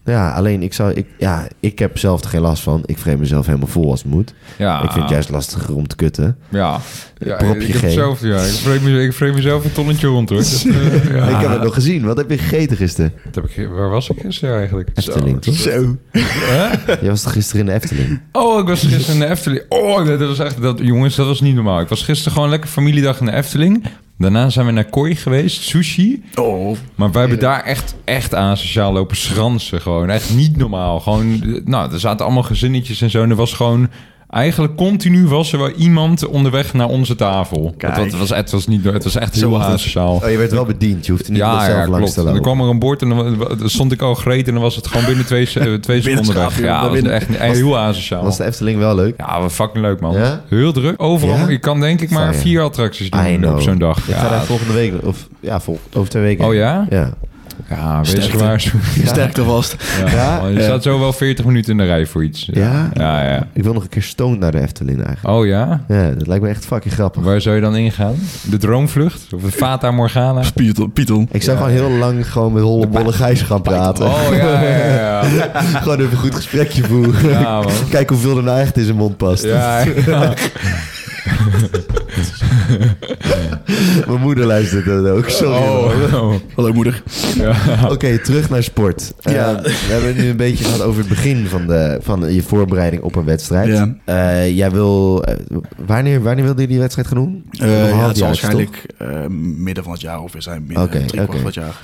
Ja, alleen ik zou... Ik, ja, ik heb zelf er geen last van. Ik vreem mezelf helemaal vol als het moet. Ja, Ik vind het juist lastiger om te kutten. Ja, ja Prop ik je heb geen. zelf, ja, ik vreem me- ik vreem mezelf een tonnetje rond hoor. Dat, eh, ja. Ik heb het nog gezien. Wat heb je gegeten gisteren? Dat heb ik, ge- waar was ik gisteren eigenlijk? Efteling, toch? Zo. Hè? Jij was toch gisteren in de Efteling? Oh, ik was gisteren in de Efteling. Oh, dat was echt, dat, jongens, dat was niet normaal. Ik was gisteren gewoon lekker familiedag in de Efteling. Daarna zijn we naar Kooi geweest, sushi. Oh, Maar wij hebben daar echt, echt aan sociaal lopen schransen. Gewoon echt niet normaal. Gewoon, eh, nou, er zaten allemaal gezinnetjes en zo. En er was gewoon... Eigenlijk continu was er wel iemand onderweg naar onze tafel. Kijk. Dat was, het, was niet, het was echt Zo heel was het. asociaal. Oh, je werd wel bediend. Je hoeft er niet Ja, zelf ja, langs klopt. te Dan lopen. kwam er een bord en dan wa- dan stond ik al gereed... en dan was het gewoon binnen twee, se- eh, twee seconden schaap, weg. joh, Ja, naar dat was binnen. echt echt heel asociaal. Was de Efteling wel leuk? Ja, wat fucking leuk, man. Ja? Heel druk. Overal. Ja? Ik kan denk ik maar Fijn. vier attracties I doen know. op zo'n dag. Ik ga Ja. daar volgende week... Of ja, vol, over twee weken. Oh ja? Ja. Ja, wees Sterkte. gewaarschuwd. sterkte vast. Ja, Ja? man, je Ja. staat zo wel 40 minuten in de rij voor iets. Ja? Ja, ja. Ik wil nog een keer stoned naar de Efteling eigenlijk. Oh ja? Ja, dat lijkt me echt fucking grappig. Waar zou je dan ingaan? De droomvlucht? Of de Fata Morgana? Python. Python. Ik zou gewoon heel lang gewoon met Holle Bolle Gijs gaan praten. Oh ja, ja, ja. Gewoon even een goed gesprekje voeren. Ja, man. Kijk hoeveel er nou echt in zijn mond past. Ja, ja. Mijn moeder luistert dat ook. Sorry. man. Oh, oh. Hallo moeder. Oké, terug naar sport. Ja. Eh, we hebben het nu een beetje gehad over het begin van, de, van je voorbereiding op een wedstrijd. Ja. Eh, jij wil... eh, wanneer, wanneer wilde je die wedstrijd gaan doen? Eh, Nog een ja, het halfjaartje, zal toch? waarschijnlijk eh, midden van het jaar of we zijn midden Oké, drie kwart oké. van het jaar.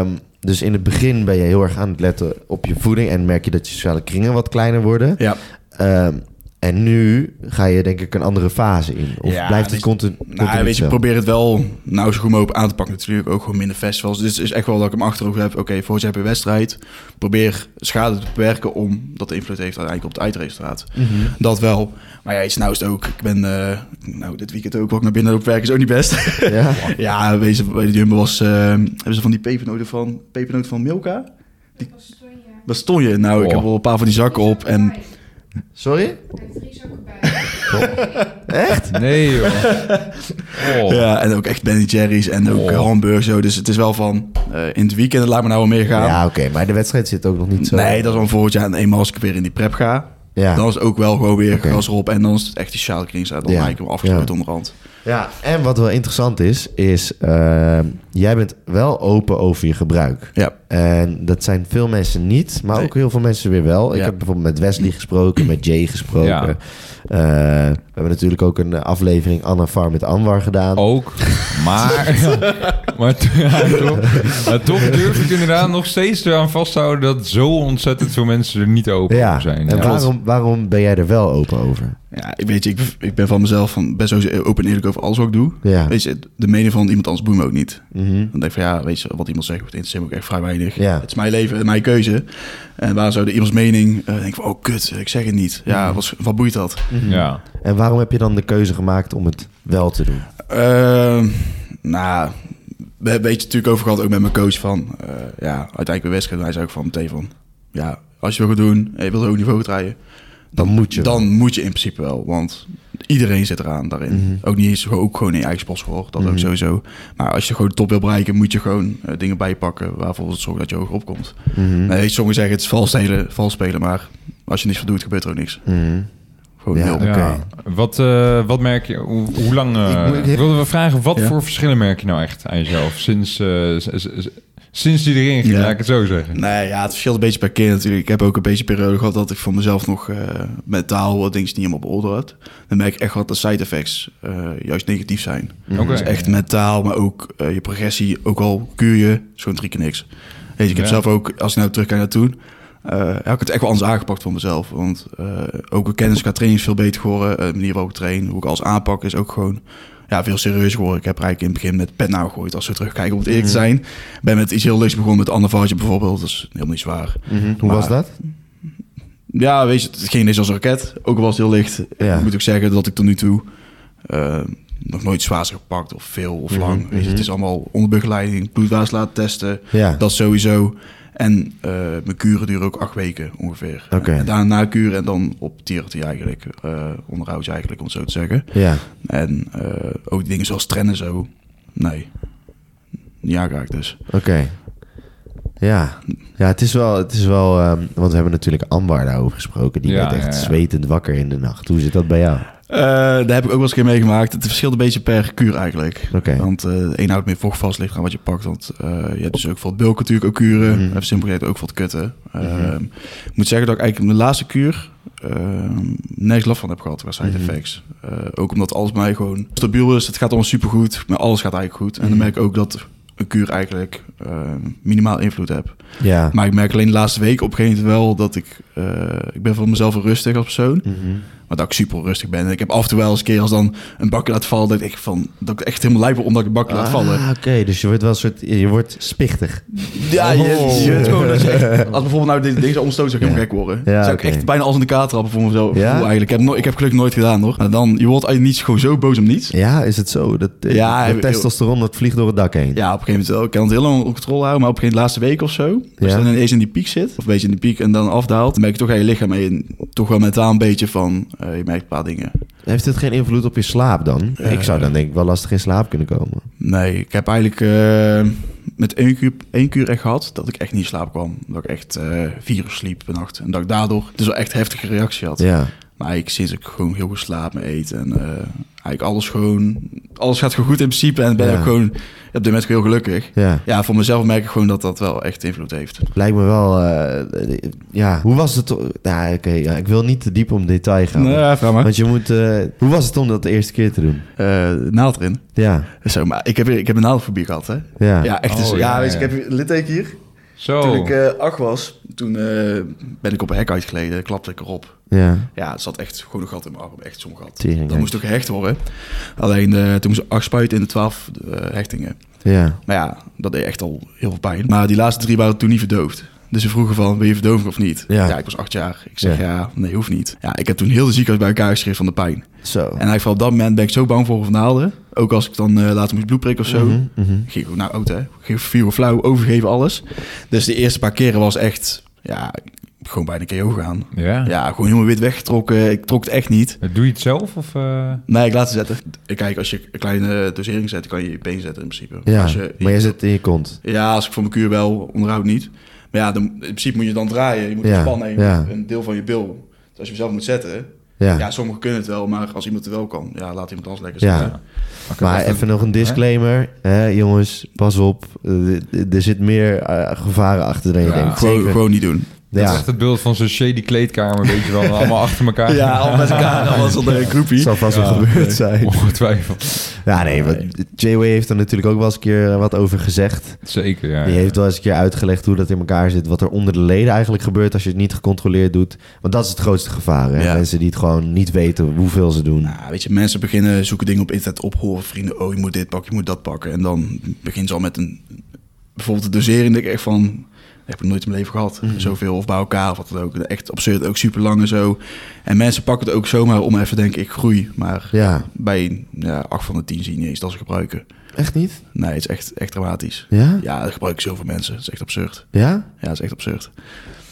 Ehm, dus in het begin ben je heel erg aan het letten op je voeding... en merk je dat je sociale kringen wat kleiner worden. Ja. Ehm, en nu ga je denk ik een andere fase in. Of Ja, blijft het weet- continu... Nou, weet je, probeer het wel nou zo goed mogelijk aan te pakken. Natuurlijk ook gewoon minder festivals. Dit is echt wel dat ik hem achterhoofd heb. Oké, volgens heb je een wedstrijd. Probeer schade te beperken om dat de invloed heeft uiteindelijk op het eindresultaat. Mhm. Dat wel. Maar ja, iets nou is het ook. Ik ben eh, nou, dit weekend ook wat ik naar binnen loop werken is ook niet best. Ja. ja, weet je, bij de Jumbo was, eh, hebben ze van die pepernoten van, pepernoten van Milka? Die bastonje. Nou, ik Oh. heb wel een paar van die zakken op en... Sorry? drie zakken bij. Nee, joh. Oh. Ja, en ook echt Ben Jerry's en ook Oh. hamburg zo. Dus het is wel van, eh, in het weekend laat me nou wel meer gaan. Ja, oké, maar de wedstrijd zit ook nog niet zo. nee, dat is wel een volgend jaar. En eenmaal als ik weer in die prep ga, Ja. dan is het ook wel gewoon weer Oké. gas erop. En dan is het echt die sociale kring. Dan Ja. maak ik hem afgesloten Ja. onderhand. ja, en wat wel interessant is, is ehm, jij bent wel open over je gebruik. Ja. En dat zijn veel mensen niet, maar Nee. ook heel veel mensen weer wel. Ik Ja. heb bijvoorbeeld met Wesley gesproken, met Jay gesproken. Ja. Eh, we hebben natuurlijk ook een eh, aflevering Anna Farm met Anwar gedaan. Ook, maar, maar, t- ja, toch, maar toch durf ik inderdaad nog steeds eraan vasthouden dat zo ontzettend veel mensen er niet open ja, voor zijn. en Ja. waarom, waarom ben jij er wel open over? Ja, ik weet je, ik, ik ben van mezelf van best wel open en eerlijk over alles wat ik doe. Ja. Weet je, de mening van iemand anders boeit me ook niet. Mhm. Dan denk ik van ja, weet je, wat iemand zegt, het interesseert me ook echt vrij weinig. Ja. Het is mijn leven en mijn keuze. En waar zou de iemands mening, eh denk ik van oh kut, ik zeg het niet. Ja, wat, wat boeit dat? Ja. En waarom heb je dan de keuze gemaakt om het wel te doen? Ehm, nou, we hebben het natuurlijk over gehad, ook met mijn coach van, eh, ja, uiteindelijk bij wedstrijd, hij zei ook van meteen van, ja, als je wil gaan doen, en je wilt hoog niveau gaan draaien, Dan moet je. Dan moet je in principe wel, want iedereen zit eraan daarin. Mhm. Ook niet eens ook gewoon in je eigen sportschool, dat ook sowieso. Maar als je gewoon de top wil bereiken, moet je gewoon eh, dingen bijpakken waarvoor het zorgt dat je hoger opkomt. Mhm. Nee, sommigen zeggen het is vals spelen, vals spelen, maar als je niks voor doet, gebeurt er ook niks. Mhm. Gewoon Ja, nul. oké. Wat, eh, wat merk je? Hoe, hoe lang... eh, Ik moet- ik- wilden we vragen, wat Ja. voor verschillen merk je nou echt aan jezelf? Sinds, eh, s- s- s- sinds die erin ging, Ja. laat ik het zo zeggen. Nee, ja, het verschilt een beetje per keer natuurlijk. Ik heb ook een beetje een periode gehad dat ik voor mezelf nog eh, mentaal wat dingen niet helemaal op orde had. Dan merk ik echt wat de side effects eh, juist negatief zijn. Oké. Dus echt mentaal, maar ook eh, je progressie, ook al kuur je, is gewoon drie keer niks. Weet je, ik heb Ja. zelf ook, als ik nou terugkijk naar toen, eh, heb ik het echt wel anders aangepakt voor mezelf. Want eh, ook de kennis qua training is veel beter geworden. Eh, de manier waarop ik train, hoe ik alles aanpak, is ook gewoon ja, veel serieuzer geworden. Ik heb er eigenlijk in het begin met pet nou gegooid, als we terugkijken, om het eerlijk te zijn. ben met iets heel leuks begonnen, met andervoudje bijvoorbeeld. Dat is helemaal niet zwaar. Mhm. Hoe Maar- was dat? Ja, weet je, het ging dus als een raket. Ook al was het heel licht. Ja. Ik moet ook zeggen dat ik tot nu toe eh, nog nooit zwaars heb gepakt of veel of Mhm, lang. weet je, het is allemaal onder begeleiding, bloedwaarts laten testen. Ja. Dat sowieso. En eh, mijn kuren duren ook acht weken ongeveer. Oké. En daarna kuren en dan op tierty eigenlijk. eh onderhoud eigenlijk, om het zo te zeggen. Ja. En eh, ook dingen zoals trainen zo. Nee. Ja, ga ik dus. Oké. Ja. ja, het is wel, het is wel ehm, want we hebben natuurlijk Ambar daarover gesproken. Die Ja, werd echt ja, ja. zwetend wakker in de nacht. Hoe zit dat bij jou? Eh, daar heb ik ook wel eens een keer meegemaakt. Het verschilt een beetje per kuur eigenlijk. Oké. Want eh de een houdt meer vocht vast, ligt aan wat je pakt. Want eh, je hebt dus ook voor het bulk natuurlijk ook kuren. Even simpel gezegd ook voor het kutten. Ehm, Ik moet zeggen dat ik eigenlijk mijn laatste kuur ehm nergens last van heb gehad qua side effects. Eh, ook omdat alles bij mij gewoon stabiel is. Het gaat allemaal supergoed. Maar alles gaat eigenlijk goed. En dan merk ik ook dat een kuur eigenlijk eh, minimaal invloed heb. Ja. Maar ik merk alleen de laatste week op een gegeven moment wel dat ik... eh, ik ben voor mezelf wel rustig als persoon. Mhm. Maar dat ik super rustig ben. En ik heb af en toe wel eens een keer als dan een bakje laat vallen... dat ik, van, dat ik echt helemaal lijp word omdat ik een bakje laat vallen. Ah, oké. Dus je wordt wel een soort, je wordt spichtig. Ja, je, Oh. je weet gewoon dat je echt- Als bijvoorbeeld nou dit- deze omstoot zou ik helemaal gek worden. Ja, zou oké. ik echt bijna als in de kaart trappen voor mezelf. Ja? voel eigenlijk. Ik heb, no- ik heb gelukkig nooit gedaan, hoor. Maar dan, je wordt uit niets gewoon zo boos om niets. Ja, is het zo? Dat, eh, Ja, dat heb- testosteron dat vliegt door het dak heen. Ja, op een gegeven moment wel. Ik kan het heel lang onder controle houden, maar op een gegeven moment de laatste week of zo. Als Ja. je dan ineens in die piek zit, of een beetje in die piek en dan afdaalt, dan merk je toch aan je lichaam en toch wel mentaal een beetje van, eh, je merkt een paar dingen. Heeft dit geen invloed op je slaap dan? ik zou dan denk ik wel lastig in slaap kunnen komen. Nee, ik heb eigenlijk eh, met één kuur, één kuur echt gehad dat ik echt niet in slaap kwam. Dat ik echt eh vier uur sliep per nacht. En dat ik daardoor dus wel echt heftige reactie had. Ja. Maar ik sinds ik gewoon heel goed slaap, me eet en eh, eigenlijk alles gewoon... Alles gaat gewoon goed in principe en ben Ja. ik gewoon op dit moment gewoon heel gelukkig. Ja. Ja, voor mezelf merk ik gewoon dat dat wel echt invloed heeft. Lijkt me wel... eh, eh, ja, hoe was het... o- Nou, oké. ja, ik wil niet te diep om detail gaan. Nou vraag maar. Want je moet... eh, hoe was het om dat de eerste keer te doen? Eh, naald erin. Ja. Zo, maar ik heb, ik heb een naaldfobie gehad, hè. Ja. Ja, echt. Oh, dus, ja, ja, weet je, ja. Oh. ik heb een litteken hier. Zo. Toen ik eh, acht was, toen eh, ben ik op een hek uitgeleden, klapte ik erop. Ja. Ja, het zat echt gewoon een gat in mijn arm, echt zo'n gat. Tering, dat moest ook gehecht worden. Alleen eh, toen moest ik acht spuiten in de twaalf eh, hechtingen. Ja. Maar ja, dat deed echt al heel veel pijn. Maar die laatste drie waren toen niet verdoofd. Dus ze vroegen van, wil je verdoving of niet? Ja. ik was acht jaar. Ik zeg, Ja. ja, nee, hoeft niet. Ja, ik heb toen heel de ziekenhuis bij elkaar geschreven van de pijn. Zo. En eigenlijk van op dat moment ben ik zo bang voor van naalden. Ook als ik dan eh, later moest bloed prikken of zo. Mhm. Ging ik gewoon naar oud, hè. Ging vier uur flauw, overgeven, alles. Dus de eerste paar keren was echt, ja, gewoon bijna KO gaan. ja. Ja, gewoon helemaal wit weggetrokken. Ik trok het echt niet. Doe je het zelf? Of, eh? Nee, ik laat het zetten. Kijk, als je een kleine dosering zet, kan je je been zetten in principe. ja. Als je, maar je zit in je kont. Ja, als ik voor mijn kuur wel, onderhoud niet. Maar ja, dan, in principe moet je dan draaien. Je moet Ja, een span nemen, ja. een deel van je bil. Dus als je hem zelf moet zetten... Ja. Ja. dus sommigen kunnen het wel, maar als iemand het wel kan... Ja, laat iemand anders lekker Ja. zitten. Maar even nog een disclaimer. Hè, jongens, pas op. Eh, d- d- Er zit meer eh, gevaren achter dan je Ja. denkt. Gewoon, Zeker. gewoon niet doen. Dat is Ja. echt het beeld van zo'n shady kleedkamer, weet je wel. allemaal achter elkaar. Ja, al met elkaar, al was onder een groepie. zal vast wel gebeurd zijn. Oh, Ongetwijfeld. Ja, nee, want J-Way heeft er natuurlijk ook wel eens een keer eh, wat over gezegd. Zeker, ja. Die heeft wel eens een keer uitgelegd hoe dat in elkaar zit. Wat er onder de leden eigenlijk gebeurt als je het niet gecontroleerd doet. Want dat is het grootste gevaar. Hè? Ja. Mensen die het gewoon niet weten hoeveel ze doen. Nou, weet je, mensen beginnen zoeken dingen op internet op, horen vrienden, oh, je moet dit pakken, je moet dat pakken. En dan beginnen ze al met een, bijvoorbeeld de dosering, denk ik echt van, heb ik nooit in mijn leven gehad. Zoveel of bij elkaar of wat dan ook. Echt absurd, ook super lang en zo. En mensen pakken het ook zomaar om even, denk ik, groei. Maar Ja, bij ja, 8 van de 10 zie je niet eens dat ze gebruiken. echt niet? Nee, het is echt, echt dramatisch. Ja? Ja, dat gebruiken zoveel mensen. Het is echt absurd. Ja? Ja, het is echt absurd.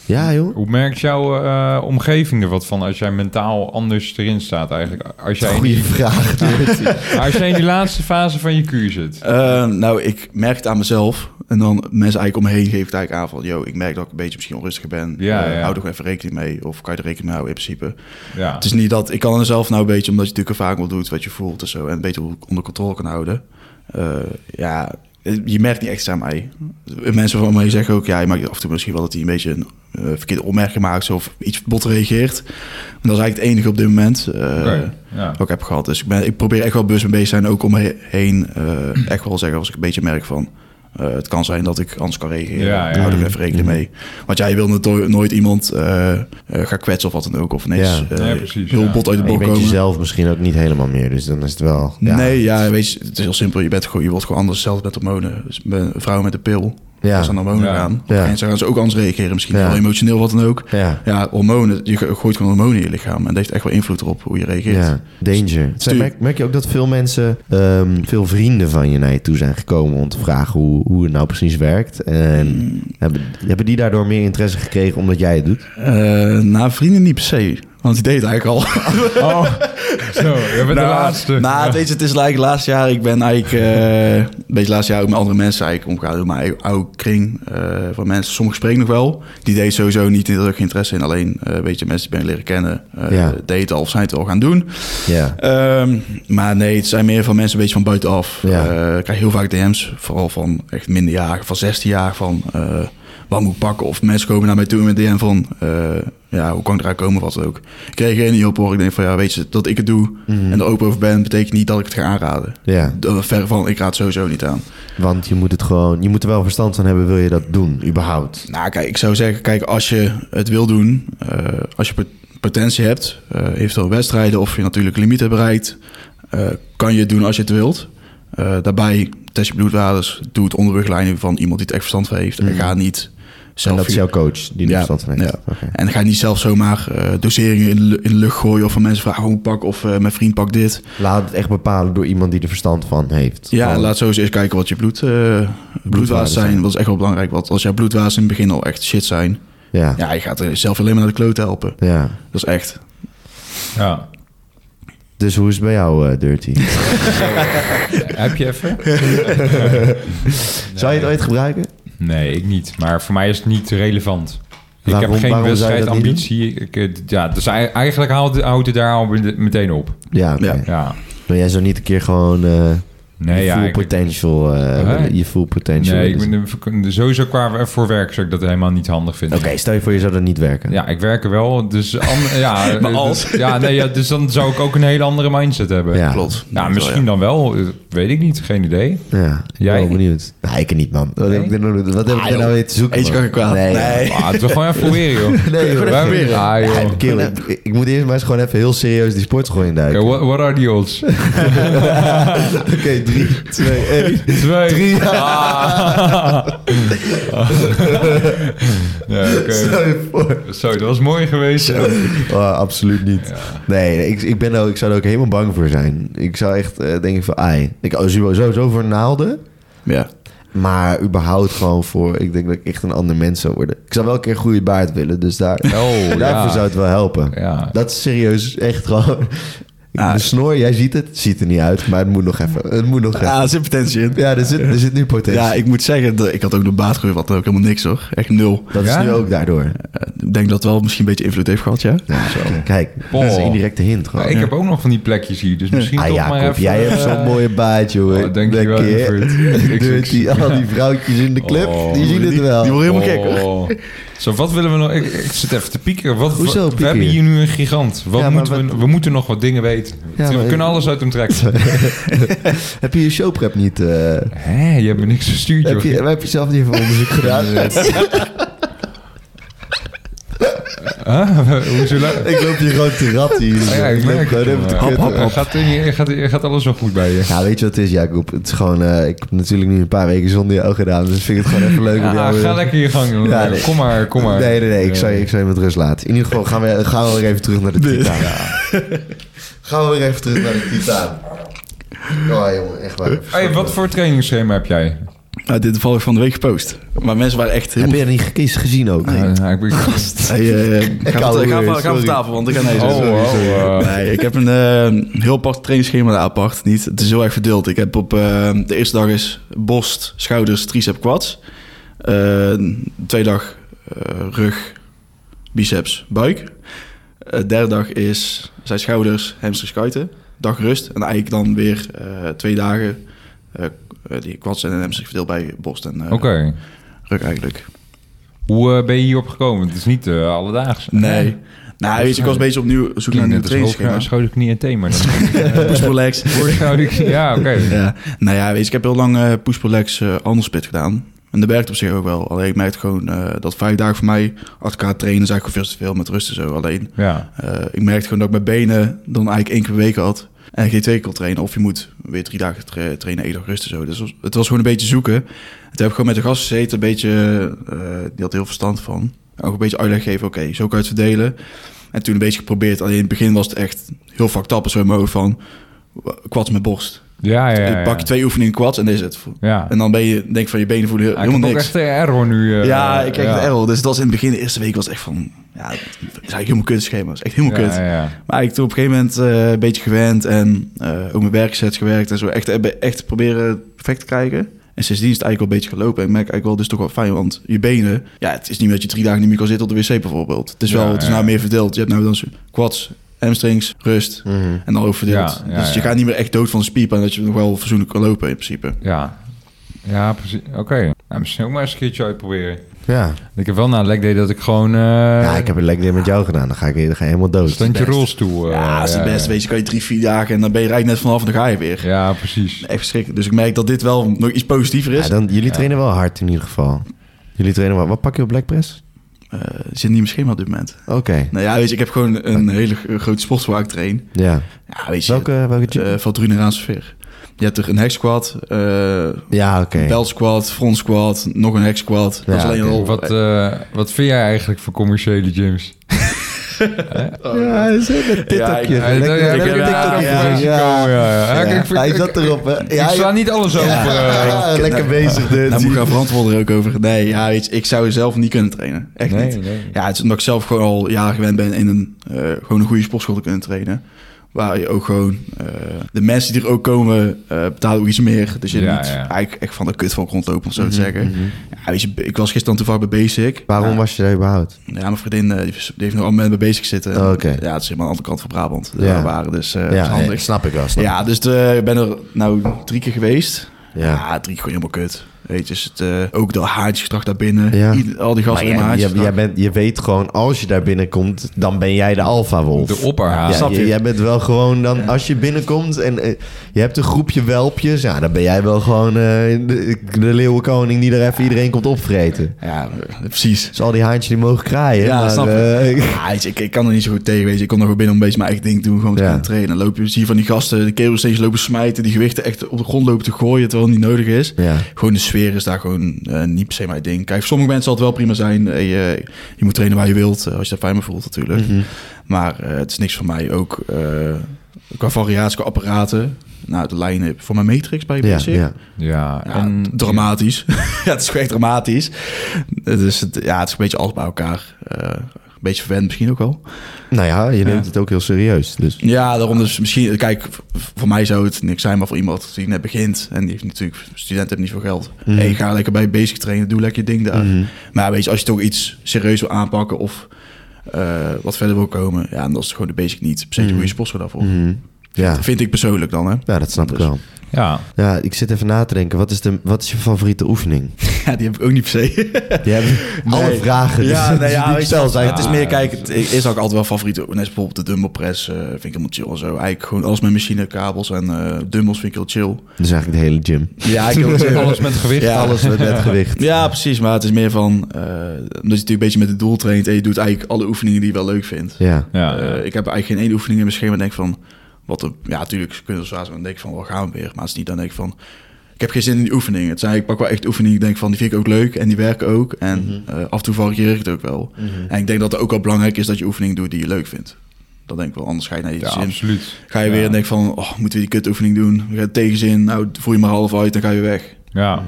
Ja, joh. Hoe merkt jouw eh, omgeving er wat van als jij mentaal anders erin staat eigenlijk? Als jij, in Goeie die, vraag. als jij in die laatste fase van je kuur zit. Eh, nou, ik merk het aan mezelf. En dan mensen eigenlijk omheen geven het eigenlijk aan van... yo, ik merk dat ik een beetje misschien onrustig ben. Ja, Eh, ja. Hou toch even rekening mee. Of kan je er rekening mee houden in principe. Ja. Het is niet dat... Ik kan er zelf nou een beetje... omdat je natuurlijk vaak wel doet wat je voelt en zo... en beter onder controle kan houden. Eh, ja, eh, je merkt niet extra aan mij. Eh, Mensen van mij zeggen ook... ja, je maakt af en toe misschien wel dat hij een beetje... een eh, verkeerde opmerking maakt zo, of iets bot reageert. Maar dat is eigenlijk het enige op dit moment... eh, Oké, ja. wat ik heb gehad. Dus ik, ben, ik probeer echt wel bewust mee bezig te zijn. Ook om me heen eh, echt wel zeggen als ik een beetje merk van... eh, het kan zijn dat ik anders kan reageren. Ja, ja. Ik hou er even rekening Mm-hmm. mee. Want jij wil natuurlijk nooit iemand eh, eh, gaan kwetsen of wat dan ook. Of niks. Ja. eh, Ja, precies, heel ja. bot uit de Je bok bent komen. jezelf misschien ook niet helemaal meer. Dus dan is het wel... Ja. Nee, ja, weet je, het is heel simpel. Je, bent gewoon, je wordt gewoon anders zelf met hormonen. Dus ben- vrouwen met de pil. Ja. Als ze aan hormonen Ja. gaan. Ja. En ze gaan ze ook anders reageren. Misschien Ja. wel emotioneel, wat dan ook. Ja. hormonen. Je gooit gewoon hormonen in je lichaam. En dat heeft echt wel invloed erop hoe je reageert. Ja, danger. Zijn, Stuur- merk, merk je ook dat veel mensen, ehm, veel vrienden van je naar je toe zijn gekomen om te vragen hoe, hoe het nou precies werkt? En Mm. hebben, hebben die daardoor meer interesse gekregen omdat jij het doet? Eh, nou, vrienden niet per se. Want die deed het eigenlijk al. Oh, zo, je bent de laatste. Nou, weet je, het is eigenlijk laatst jaar. Ik ben eigenlijk... eh, een beetje laatste jaar ook met andere mensen eigenlijk omgaan. Door mijn eigen oude kring eh, van mensen. Sommigen spreken nog wel. Die deed sowieso niet heel erg interesse in. Alleen, eh, weet je, mensen die ben leren kennen... eh Ja. deden het al of zijn het al gaan doen. Ja. Ehm, maar nee, het zijn meer van mensen een beetje van buitenaf. Ja. Eh, ik krijg heel vaak DM's, vooral van echt minderjarigen, van 16 jaar, van eh, wat moet ik pakken? Of mensen komen naar mij toe met DM van, eh, ja, hoe kan ik eruit komen, wat dan ook. Ik reageer niet op hoor, ik denk van, ja, weet je, dat ik het doe en er open over ben, betekent niet dat ik het ga aanraden. Ja, Dat- Ver van, ik raad het sowieso niet aan. want je moet het gewoon, je moet er wel verstand van hebben, wil je dat doen, überhaupt? Nou, kijk, ik zou zeggen, kijk, als je het wil doen, eh, als je pot- potentie hebt, eh eventueel wedstrijden of je natuurlijke limieten bereikt, eh, kan je het doen als je het wilt. Eh, daarbij test je bloedwaardes, doe het onder begeleiding van iemand die het echt verstand van heeft en ga niet zelf Mhm. En dat is jouw coach die er Ja, verstand van heeft. ja. Oké. En ga niet zelf zomaar eh, doseringen in de, lu- in de lucht gooien of van mensen vragen, hoe pak of eh, mijn vriend pak dit. Laat het echt bepalen door iemand die er verstand van heeft. Ja, Gewoon- laat sowieso eerst kijken wat je bloed, eh, bloedwaardes zijn. zijn. Dat is echt wel belangrijk, want als jouw bloedwaardes in het begin al echt shit zijn, ja. ja. ja, je gaat er zelf alleen maar naar de kloot helpen. Dat is echt. Ja. Dus hoe is het bij jou, eh, Dirty? Heb je even? Zou je het ooit gebruiken? Nee, ik niet. Maar voor mij is het niet relevant. Waarom- ik heb geen waarom zou je dat niet wedstrijdambitie. Ik, eh, Ja, dus ei- eigenlijk houdt, houdt het daar al meteen op. Ja, oké. Ja. Ja. Wil jij zo niet een keer gewoon eh, Nee, je ja, full ik- potential... eh, Hè? willen- je full potential... Nee, ik willen ben, sowieso qua eh, voor werk zou ik dat helemaal niet handig vinden. Oké, stel je voor je zou er niet werken. Ja, ik werk er wel, dus... an- ja, Maar eh, als? dus- Ja, nee, ja, dus dan zou ik ook een hele andere mindset hebben. Ja. Klopt. Ja, misschien dan wel. eh, Weet ik niet, geen idee. Ja, ik ben Jij? wel benieuwd. Nee, ik niet, man. Wat heb ik er nou, wat heb ik er nou weer te zoeken, Eentje man? kan ik kwaad. Nee, Nee. joh. Ah, het wil gewoon even proberen, joh. Nee, joh. We hebben- Ah, joh. Ja, kerel, ik, ik moet eerst maar eens gewoon even heel serieus die sportschool induiken. Oké, what, what are the odds? Oké, drie, twee, één. Twee. Drie. Ah. ja, oké. Stel je voor. Zo, dat was mooi geweest. Oh, absoluut niet. Nee, nee, ik, ik, ben er ook, ik zou er ook helemaal bang voor zijn. Ik zou echt eh, denken van, ai. Ik oh, sowieso voor naalden. Ja. Maar überhaupt gewoon voor... Ik denk dat ik echt een ander mens zou worden. Ik zou wel een keer een goede baard willen. Dus daar, Oh, daarvoor ja. zou het wel helpen. Ja. Dat is serieus echt gewoon... Ah. De snor, jij ziet het. Ziet er niet uit, maar het moet nog even. Het moet nog even. er Ah, zit potentie in. Ja, er zit, er zit nu potentie. Ja, ik moet zeggen, dat- ik had ook de baatgroei, wat ook helemaal niks hoor. Echt nul. dat is Ja? nu ook daardoor. Eh, Ik denk dat het wel misschien een beetje invloed heeft gehad, ja. Ja, Kijk, Oh. dat is een indirecte hint gewoon. Maar ik heb ook nog van die plekjes hier, dus misschien Ah, toch Jacob, maar even... jij hebt zo'n eh, mooie baard, jongen. oh, dankjewel, Lekker. Evert. Ik- ik- Dirty, al die vrouwtjes in de club, Oh. die zien het wel. Die wordt helemaal gek hoor. Oh. Zo, wat willen we nog? Ik, ik zit even te piekeren. Wat, Hoezo wat- We piekeren? hebben hier nu een gigant. Wat Ja, maar moeten we, we moeten nog wat dingen weten. Ja, we maar- kunnen alles uit hem trekken. Heb je je showprep niet... eh, Hé, je hebt me niks gestuurd, heb, joh. je, heb je zelf niet even onderzoek gedaan? Huh? Hoezo la- ik loop hier gewoon te ratten. hier. Ja, ik merk gewoon het. even te Ja. kutten. Hop, hop, hop. Gaat, in- gaat, gaat alles wel goed bij je? Ja, weet je wat het is, Jacob? Het is gewoon... eh, ik heb natuurlijk nu een paar weken zonder jou gedaan. Dus vind ik het gewoon even leuk om Ja, jou... ga lekker je gang. jongen. Ja, nee. Kom maar, kom maar. Nee, nee, nee. Ik zou, Eh, je- ik zou je met rust laten. In ieder geval gaan we, gaan we weer even terug naar de Titaan. Gaan we weer even terug naar de Titaan. Oh, jongen. Echt waar. Hey, wat voor trainingsschema heb jij? Nou, dit toevallig van de week gepost. Maar mensen waren echt Heb helemaal... je er niet gek- gezien ook? Ja, ja, ik ben gast. Hey, eh, ga, hou van, ga, weer, van, ga van sorry. tafel, want ik ga nee Oh, zeggen. oh, oh. Nee, ik heb een eh, heel apart trainingsschema daar apart. Niet, het is heel erg verdeeld. Ik heb op eh, de eerste dag is borst, schouders, tricep, quads. Eh, de tweede dag eh, rug, biceps, buik. Eh, derde dag is, zijn schouders, hamstrings, kuiten. Dag rust. En eigenlijk dan weer eh, twee dagen eh, die quads en hamstrings verdeeld bij borst en eh, Oké. rug eigenlijk. Hoe eh, ben je hierop gekomen? Het is niet eh alledaags. Nee. Nou, weet je, ik was een beetje opnieuw zoek naar een nieuw Net als trainingsschema. hoofd- schouder, knie en teen, maar dan... Push-pull-legs. Voorschouder, knie- ja, oké. Ja, nou ja, weet je, ik heb heel lang eh push-pull-legs eh anderspit gedaan. En dat werkt op zich ook wel. Alleen ik merkte gewoon eh, dat vijf dagen voor mij achter elkaar trainen... is eigenlijk veel te veel met rust en zo. Alleen Ja. eh, ik merkte gewoon dat ik mijn benen dan eigenlijk één keer per week had. En geen twee keer kon trainen. Of je moet weer drie dagen tra- trainen, één dag rust en zo. Dus was- het was gewoon een beetje zoeken. En toen heb ik gewoon met de gast gezeten. Een beetje, eh, die had heel verstand van. En ook een beetje uitleg geven. Oké, zo kan je het verdelen. En toen een beetje geprobeerd. Alleen in het begin was het echt heel fucked up. Zo in mijn hoofd van, w- quads met borst. Ja, ja, ja. ik pak je twee oefeningen quads en dit is het. Ja. En dan ben je, denk ik van je benen voelen heel- Ah, ik heb helemaal ook niks. echt een error nu. eh, ja, ik kreeg ja. het error. Dus dat was in het begin, de eerste week was echt van... Ja, het is eigenlijk helemaal kut schema. Het is echt helemaal Ja, kut. ja, ja. Maar ik toen op een gegeven moment eh, een beetje gewend en eh, ook mijn werkzet gewerkt en zo. Echt, eh, echt proberen perfect te krijgen. En sindsdien is het eigenlijk wel een beetje gelopen. En ik merk eigenlijk wel, dit is toch wel fijn, want je benen... Ja, het is niet dat je drie dagen niet meer kan zitten op de wc bijvoorbeeld. Het is wel, Ja, het is ja. nou meer verdeeld. Je hebt nou dan zo quads, hamstrings, rust Mhm. en dan ook verdeeld. Ja, ja, dus je ja. gaat niet meer echt dood van de spierpijn, dat je nog wel verzoenlijk kan lopen in principe. Ja, ja precies. Oké. Nou, misschien ook maar eens een keertje uitproberen. Ja. Ik heb wel na een leg day dat ik gewoon... eh, Ja, ik heb een lekker ding met jou gedaan. Dan ga ik, dan ga je helemaal dood. Standje rolstoel. eh, ja, Ah, dat is het beste. Weet je, kan je drie, vier dagen en dan ben je er eigenlijk net vanaf en dan ga je weer. Ja, precies. Echt verschrikkelijk. Dus ik merk dat dit wel nog iets positiever is. Ja, dan, jullie trainen wel hard in ieder geval. Jullie trainen wel. Wat pak je op Black Press? Eh, zit niet in mijn schema op dit moment. Oké. Nou ja, weet je, ik heb gewoon een hele g- grote sport waar ik train. Ja. Ja, weet je, Welke? welke gym? eh, van Druneraansche sfeer. Je hebt er een hack squat, eh ja, oké. belt squat, front squat, nog een hack squat. dat Ja, is alleen oké. al... Wat, eh, wat vind jij eigenlijk van commerciële gyms? Ja, hij zit met TikTokje. Ja, Ja, Lekker- ja, lekker ja, TikTokje. ja, gezien. ja, Ja. ja. Ja, kijk, ik- Hij ik- zat erop, hè? Ik Ja, sla ja. niet alles over. eh. Ja, lekker bezig, dit. Daar moet ik gaan verantwoorden ook over. Nee, ja, weet je, ik zou zelf niet kunnen trainen. Echt Nee, niet. nee. Ja, het is omdat ik zelf gewoon al jaren gewend ben in een, eh, gewoon een goede sportschool te kunnen trainen. Waar je ook gewoon... eh, de mensen die er ook komen eh, betalen ook iets meer. Dus je Ja, niet ja. eigenlijk echt van de kut van rondlopen, om zo Mhm, te zeggen. Ja, weet je, ik was gisteren toevallig bij Basic. Waarom was je daar überhaupt? Ja, mijn vriendin eh, die, is- die heeft nog al met bij Basic zitten. Oh, oké. Ja, het is helemaal aan de andere kant van Brabant. Ja. Ja. we waren dus eh, dat is Ja, handig. snap ik wel. Ja, Snap. ik. dus de- ik ben er nou drie keer geweest. Ja. Ja, drie keer gewoon helemaal kut. Weet je, is het, eh, ook dat haartjesgedrag daar binnen. Ja. Ieder- al die gasten Maar in jij, jij, haartjesgedrag. jij bent, je weet gewoon, als je daar binnenkomt, dan ben jij de alfa-wolf. De opperhaas. Ja, Snap Ah, je- je? jij bent wel gewoon dan, als je binnenkomt en eh, je hebt een groepje welpjes, ja, dan ben jij wel gewoon eh, de, de leeuwenkoning die er even iedereen komt opvreten. Ja, eh, precies. Dus al die haantjes die mogen kraaien. Ja, maar, snap eh, je. Ja, weet je, ik, ik kan er niet zo goed tegen, weet je. Ik kom er gewoon binnen om een beetje mijn eigen ding te doen, gewoon te Ja. kunnen trainen. Dan loop je, zie je van die gasten, de kerels steeds lopen smijten, die gewichten echt op de grond lopen te gooien, terwijl het niet nodig is. Ja. Gewoon de sfeer is daar gewoon eh, niet per se mijn ding. Kijk, voor sommige mensen zal het wel prima zijn. Eh, je, je moet trainen waar je wilt, eh, als je dat fijn me voelt natuurlijk. Mhm. Maar eh, het is niks voor mij. Ook eh, qua variatie, qua apparaten. Nou, de lijnen voor mijn Matrix bij ja, PC. ja. Ja, Ja, en... dramatisch. ja, het is gewoon echt dramatisch. Dus het, ja, het is een beetje alles bij elkaar. Eh, een beetje verwend misschien ook wel. Nou ja, je neemt het ook heel serieus. Dus. Ja, daarom dus misschien... Kijk, v- voor mij zou het niks zijn, maar voor iemand die net begint... en die heeft natuurlijk... student heeft niet veel geld. Hey, ga lekker bij basic trainen, doe lekker je ding daar. Maar weet je, als je toch iets serieus wil aanpakken... of eh, wat verder wil komen... ja, dan is het gewoon de basic niet. Per se de goede sportschool daarvoor. Mhm. Ja. Dat vind ik persoonlijk dan, hè. ja, dat snap ik Dus- wel. Ja, Ja, ik zit even na te denken, wat is, de, wat is je favoriete oefening? Ja, die heb ik ook niet per se. Je hebt alle vragen dus, Ja, nee, ja, die ik weet je, stel zijn. Het is meer, kijk, het is ook altijd wel favoriet. Net als bijvoorbeeld de dumbbell press eh, vind ik helemaal chill en zo. Eigenlijk gewoon alles met machinekabels en eh dumbbells vind ik heel chill. Dus eigenlijk de hele gym. Ja, ik ook alles met gewicht. Ja. Alles met, met gewicht. Ja, precies. Maar het is meer van, eh, omdat je natuurlijk een beetje met het doel traint en je doet eigenlijk alle oefeningen die je wel leuk vindt. Ja. Ja, Eh, ja. ik heb eigenlijk geen ene oefening in mijn schema. en Denk van, wat een, ja, natuurlijk kunnen ze zwaar zijn. Dan denk ik van, waar gaan we weer? Maar het is niet dan denk ik van, ik heb geen zin in die oefeningen. Het zijn ik pak wel echt oefeningen. die Ik denk van, die vind ik ook leuk en die werken ook. En eh, af en toe varieer ik het ook wel. En ik denk dat het ook wel belangrijk is dat je oefeningen doet die je leuk vindt. Dat denk ik wel. Anders ga je naar je Ja, zin. absoluut. Ga je Ja. weer en denk van, oh, moeten we die kutoefening doen? We gaan tegenzin. Nou, voel je maar half uit, dan ga je weer weg. Ja.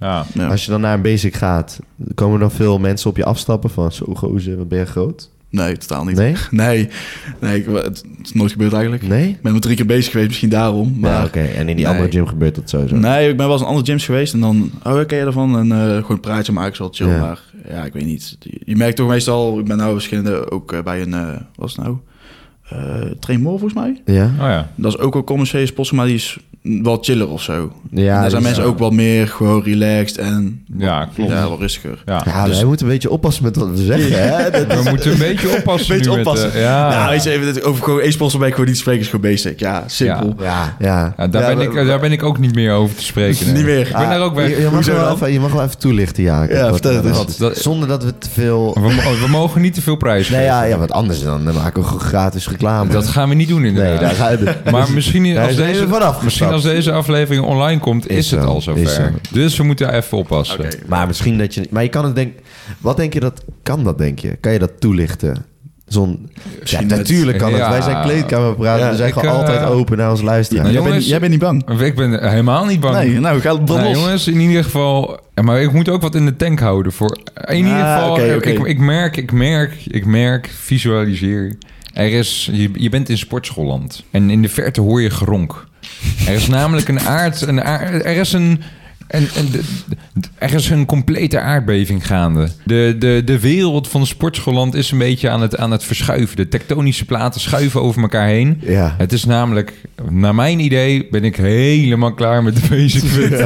Ja. Ja. Als je dan naar een basic gaat, komen er dan veel mensen op je afstappen van... Zo gozer, wat ben je groot? Nee, totaal niet. Nee? Nee, nee ik, het het is nooit gebeurd eigenlijk. Nee? Ik ben maar drie keer bezig geweest, misschien daarom. Maar Maar oké, en in die Nee. andere gym gebeurt dat sowieso. Nee, ik ben wel eens in andere gyms geweest en dan, oh, ken je ervan? En eh, gewoon een praatje maken, zo chill. Ja. Maar ja, ik weet niet. Je- Je merkt toch meestal, ik ben nou verschillende, ook eh, bij een, eh, wat is het nou? Eh Train More volgens mij. Ja? Oh ja. Dat is ook wel commerciële sponsor, maar die is wel chiller of zo. Ja, dus- Ja, daar dat zijn is- mensen ook wat meer gewoon relaxed en Ja, klopt. ja, wel rustiger. Ja. Ja, wij moeten een beetje oppassen met wat we zeggen, hè? Dat- We moeten een beetje oppassen Beetje nu oppassen. met... eh, ja. Ah, Nou, weet je even, dit- over gewoon één sponsor ben ik gewoon niet te spreken, is gewoon basic. Ja, simpel. Ja, ja. Ja, daar, Ja, ben we- Ah, ik, daar ben ik ook niet meer over te spreken. nee. Niet meer. Ik ben daar ook Je, weg. je mag Hoezo wel dan? even, je mag wel even toelichten, ja. Ja, vertel het eens. Wat- Dat- Zonder dat we te veel... We, mo- oh, we mogen niet te veel prijs Nee, geven. ja, ja, want anders dan maken we gewoon gratis reclame. Dat gaan we niet doen inderdaad. nee, daar gaan we... Maar misschien Daar als, zijn we deze, vanaf misschien als gestapt. deze aflevering online komt, is, Is het zo, al is zo. zover. Dus we moeten even oppassen. Nou, Maar misschien dat je... Maar je kan het denk... Wat denk je dat... Kan dat, denk je? Kan je dat toelichten? Zo'n... Ja, met- natuurlijk kan Ja. het. Wij zijn kleedkamerpraten. Ja, we zijn ik, gewoon eh, altijd open naar ons luisteraar. Jij, bent, Jongens- niet- jij bent niet bang. Ik ben helemaal niet bang. Nee, nou, ga het brand Nou, los. jongens, in ieder geval... Maar ik moet ook wat in de tank houden voor... In ieder Ah, geval, eh, oké, oké. Ik, ik merk, ik merk, ik merk, visualiseer. Er is... Je, je bent in sportschoolland. En in de verte hoor je geronk. Er is namelijk een aard... Een aard er is een... En, er is een complete aardbeving gaande. De, de, de wereld van sportschoolland is een beetje aan het, aan het verschuiven. De tektonische platen schuiven over elkaar heen. Ja. Het is namelijk, naar mijn idee, ben ik helemaal klaar met de basic fit.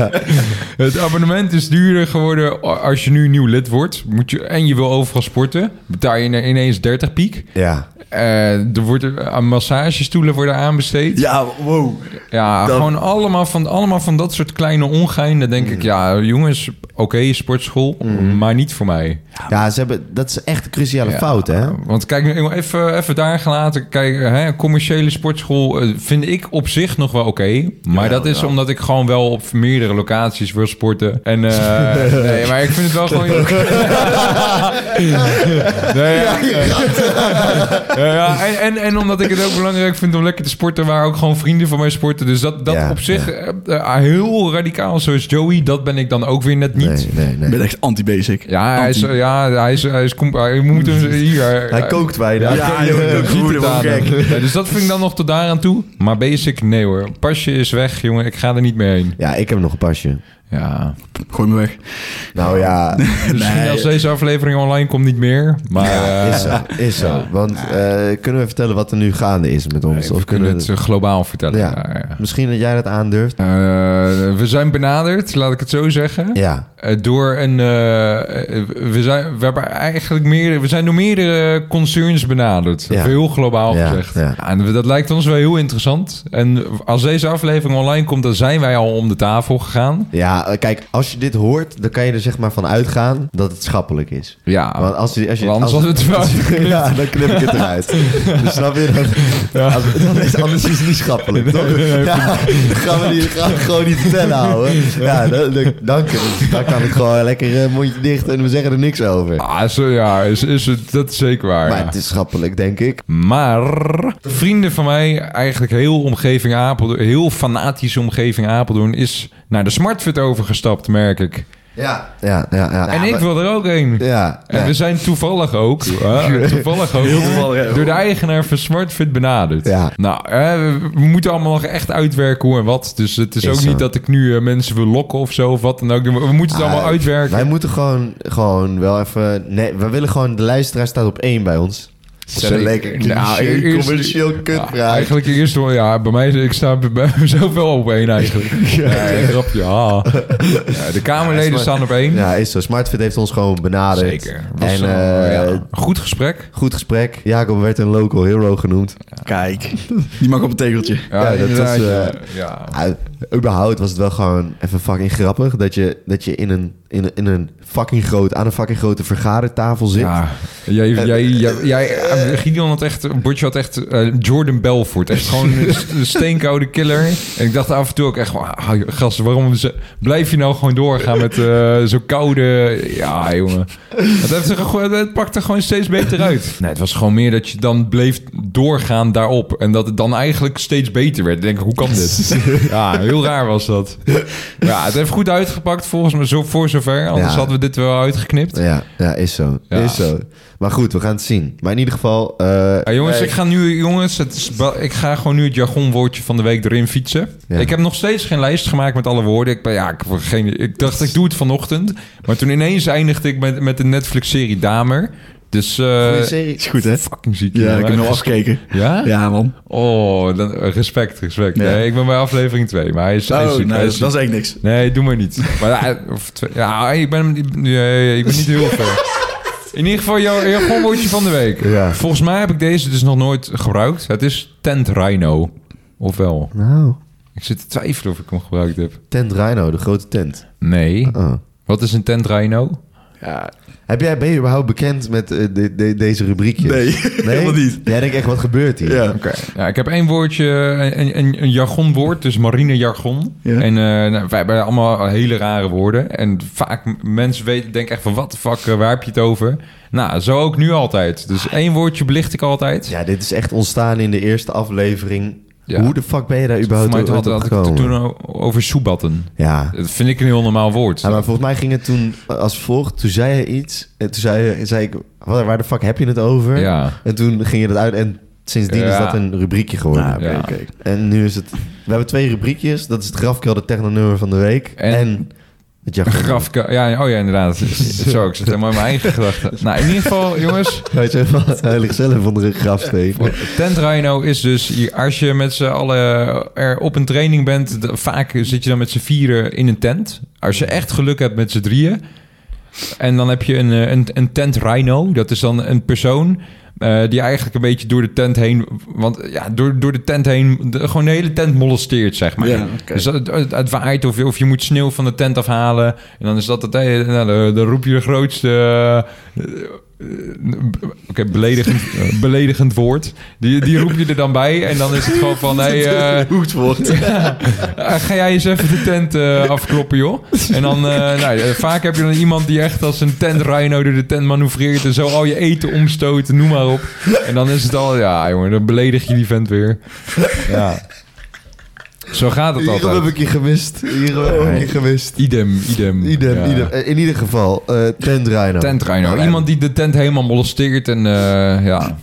Het abonnement is duurder geworden als je nu nieuw lid wordt. Moet je, en je wil overal sporten. Betaal je ineens 30 piek. Ja. Eh, er wordt, eh, massagestoelen worden aanbesteed. Ja, wow. Ja, Dat- gewoon allemaal van, allemaal van dat soort kleine ongein. Dan denk ik, ja, jongens, oké, sportschool, maar niet voor mij. Ja, ze hebben... Dat is echt een cruciale Ja, fout, hè? Want kijk, nu even, even daar gelaten. Kijk, hè, een commerciële sportschool eh, vind ik op zich nog wel oké. maar dat is omdat ik gewoon wel op meerdere locaties wil sporten. En, eh, nee, maar ik vind het wel gewoon... nee, ja, ja, ja, en, en, en omdat ik het ook belangrijk vind om lekker te sporten... waar ook gewoon vrienden van mij sporten. Dus dat, dat Ja, op zich eh, eh, heel radicaal, zoals Joey... dat ben ik dan ook weer net niet. Nee, nee, Ik nee. ben echt anti-basic. Ja, hij is, ja, hij is, hij is, comp- hij moet hem hier. eh, Hij kookt wij daar. Ja, joh, ik ook Niet woede van te gek. tanen. Ja, dus dat vind ik dan nog tot daaraan toe. Maar basic, nee hoor. Pasje is weg, jongen. Ik ga er niet meer heen. Ja, ik heb nog een pasje. Ja. Gooi me weg. Nou ja, Dus misschien als deze aflevering online komt niet meer. Maar eh, is zo. Is zo. Want eh, kunnen we vertellen wat er nu gaande is met ons? we of kunnen het eh, globaal vertellen. Ja. Ja, ja. Misschien dat jij dat aandurft. Eh, we zijn benaderd, laat ik het zo zeggen. Ja. Eh, door een. eh, eh, we, zijn, we, hebben eigenlijk meerdere, we zijn door meerdere concerns benaderd. Ja. Of Heel globaal Ja, gezegd. ja. Ja, en dat lijkt ons wel heel interessant. En als deze aflevering online komt, dan zijn wij al om de tafel gegaan. Ja, eh, kijk, als je dit hoort, dan kan je er zeg maar van uitgaan dat het schappelijk is. Ja, Want als je, als je, Ah. Want anders als- hadden we het wel geknipt. Ja, dan knip ik het eruit. dus snap je? Dan, als- dan is, anders is het niet schappelijk, toch? Ja, dan gaan we, niet, gaan we gewoon niet vertellen, houden. Ja, dan, dan, dan, kan- dan kan ik gewoon lekker eh, mondje dicht en we zeggen er niks over. ah, zo, ja is, is het, dat is zeker waar. Maar ja. het is schappelijk, denk ik. Maar vrienden van mij, eigenlijk heel omgeving Apeldoorn, heel fanatische omgeving Apeldoorn, is naar de Smartfit overgestapt, merk ik. Ja, ja, ja. ja. en ik wil er ook een. Ja, En ja. we zijn toevallig ook, hè, toevallig ook toevallig, ja. door de eigenaar van Smartfit benaderd. Ja. Nou, hè, we- we moeten allemaal nog echt uitwerken hoe en wat. Dus het is, Is ook zo. niet dat ik nu eh, mensen wil lokken of zo of wat dan ook. We we moeten het Ah, allemaal uitwerken. Wij moeten gewoon, gewoon wel even... Nee, we willen gewoon... De luisteraar staat op één bij ons. Dat is een lekker Nou, cliché, eerst- commercieel Ja, kutvraag. eigenlijk eerst wel, ja, bij mij, ik sta bij bij mezelf wel op één eigenlijk. Ja, grapje, ja. Ja, De Kamerleden staan op één. Ja, is zo. Smartfit heeft ons gewoon benaderd. Zeker. Was, En eh, eh, ja, Goed gesprek. goed gesprek. Jacob werd een local hero genoemd. Kijk, die mag op een tegeltje. Ja, dat was, inderdaad, eh, ja. ja. Ah, überhaupt was het wel gewoon even fucking grappig dat je, dat je in een in, in een fucking groot, aan een fucking grote vergadertafel zit. Ja, jij, jij, jij, jij, eh, Gideon had echt, Botje had echt eh, Jordan Belfort. Echt gewoon een st- een steenkoude killer. En ik dacht af en toe ook echt, van, ah, joh, gast, waarom ze- blijf je nou gewoon doorgaan met eh zo'n koude... Ja, jongen. Het, heeft er, gewoon- het pakt er gewoon steeds beter uit. Nee, het was gewoon meer dat je dan bleef doorgaan daarop. En dat het dan eigenlijk steeds beter werd. Ik denk, hoe kan dit? Ja, heel raar was dat. Ja, het heeft goed uitgepakt volgens mij zo, voor zover. Anders Ja. hadden we dit wel uitgeknipt. Ja, ja, is zo. Ja. Is zo. Maar goed, we gaan het zien. Maar in ieder geval... eh, Ja, jongens, wij- ik ga nu, jongens, het is ba- ik ga gewoon nu het jargonwoordje van de week erin fietsen. Ja. Ik heb nog steeds geen lijst gemaakt met alle woorden. Ik, ben- ja, ik, heb geen, ik dacht, ik doe het vanochtend. Maar toen ineens eindigde ik met, met de Netflix-serie Damer. Dus eh, Goeie serie. Is goed, hè? fucking ziek. Ja, jongen. ik heb hem al afgekeken. Ja? Ja, man. Oh, dan- respect, respect. Ja. Nee, ik ben bij aflevering 2, maar hij is, hij is Oh, ziek, hij nee, is dat is ziek. echt niks. Nee, doe maar niet. Maar, ja, of twee- ja, ik ben, nee, ik ben niet heel ver. In ieder geval jouw jargonwoordje van de week. Ja. Volgens mij heb ik deze dus nog nooit gebruikt. Het is Tent Rhino. Ofwel. Nou, Ik zit te twijfelen of ik hem gebruikt heb. Tent Rhino, de grote tent. Nee. Oh. Wat is een Tent Rhino? Ja, Heb jij, ben je überhaupt bekend met eh, de- de- deze rubriekjes? nee, helemaal niet. Jij denkt echt, wat gebeurt hier? Ja. Ja, ik heb één woordje, een, een, een jargonwoord, dus marine jargon. Ja. En eh, nou, wij hebben allemaal hele rare woorden. En vaak m- mensen weten, denken echt van, wat de fuck, eh, waar heb je het over? Nou, zo ook nu altijd. Dus één woordje belicht ik altijd. Ja, dit is echt ontstaan in de eerste aflevering. Ja. Hoe de fuck ben je daar Voor überhaupt mij ooit had, op had ik het gekomen? toen o- over soebatten. Ja. Dat vind ik een heel normaal woord. Ja, maar volgens mij ging het toen als volgt. Toen zei je iets. En toen zei, je- zei ik, "Wat- waar de fuck heb je het over? Ja. En toen ging je dat uit. En sindsdien is Ja. dat een rubriekje geworden. Nou, oké, Ja. oké. En nu is het... We hebben twee rubriekjes. Dat is het grafkel, de technonummer van de week. En, En- het jargon. Grafka, ja, oh ja, inderdaad. Zo, ik zit helemaal in mijn eigen gedachten. Nou, in ieder geval, jongens, Hij zei van, hij ligt zelf onder een grafsteen. Tent Rhino is dus, je- als je met z'n allen er op een training bent, d- vaak zit je dan met z'n vieren in een tent. Als je echt geluk hebt met z'n drieën. En dan heb je een, eh, een, een tent Rhino, dat is dan een persoon eh, die eigenlijk een beetje door de tent heen, want ja, door, door de tent heen, de- gewoon de hele tent molesteert, zeg maar. Ja, oké. Dus het, het, het waait of je, of je moet sneeuw van de tent afhalen. En dan is dat het, eh, nou, dan- dan roep je de grootste... eh, Oké, beledigend, eh, beledigend woord. Die, die roep je er dan bij. En dan is het gewoon van... Hey, eh, Goed woord. eh, ga jij eens even de tent eh, afkloppen, joh. En dan... eh, nou, eh, vaak heb je dan iemand die echt als een tent rhino door de tent manoeuvreert. En zo al je eten omstoot, noem maar op. En dan is het al... Ja, jongen, dan beledig je die vent weer. Ja. Zo gaat het Hier heb altijd. ik je gemist. Hier heb ik je gemist. Idem, idem. Idem, Ja. idem. Eh, In ieder geval, eh Tent Rhino. Tent rhino. Iemand die de tent helemaal molesteert. En eh, ja...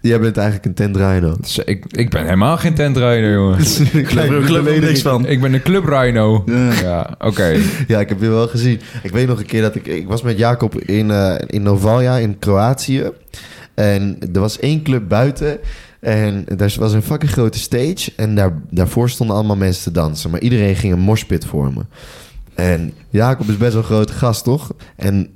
Jij bent eigenlijk een Tent Rhino. Dus ik, ik ben helemaal geen tent rhino, jongen. Ik Daar heb ik er niks van. Ik ben een club rhino. Ja. Ja, oké. Ja, ik heb je wel gezien. Ik weet nog een keer dat ik... Ik was met Jacob in, eh, in Novalja in Kroatië. En er was één club buiten. En daar was een fucking grote stage. En daar, daarvoor stonden allemaal mensen te dansen. Maar iedereen ging een moshpit vormen. En Jacob is best wel een grote gast, toch? En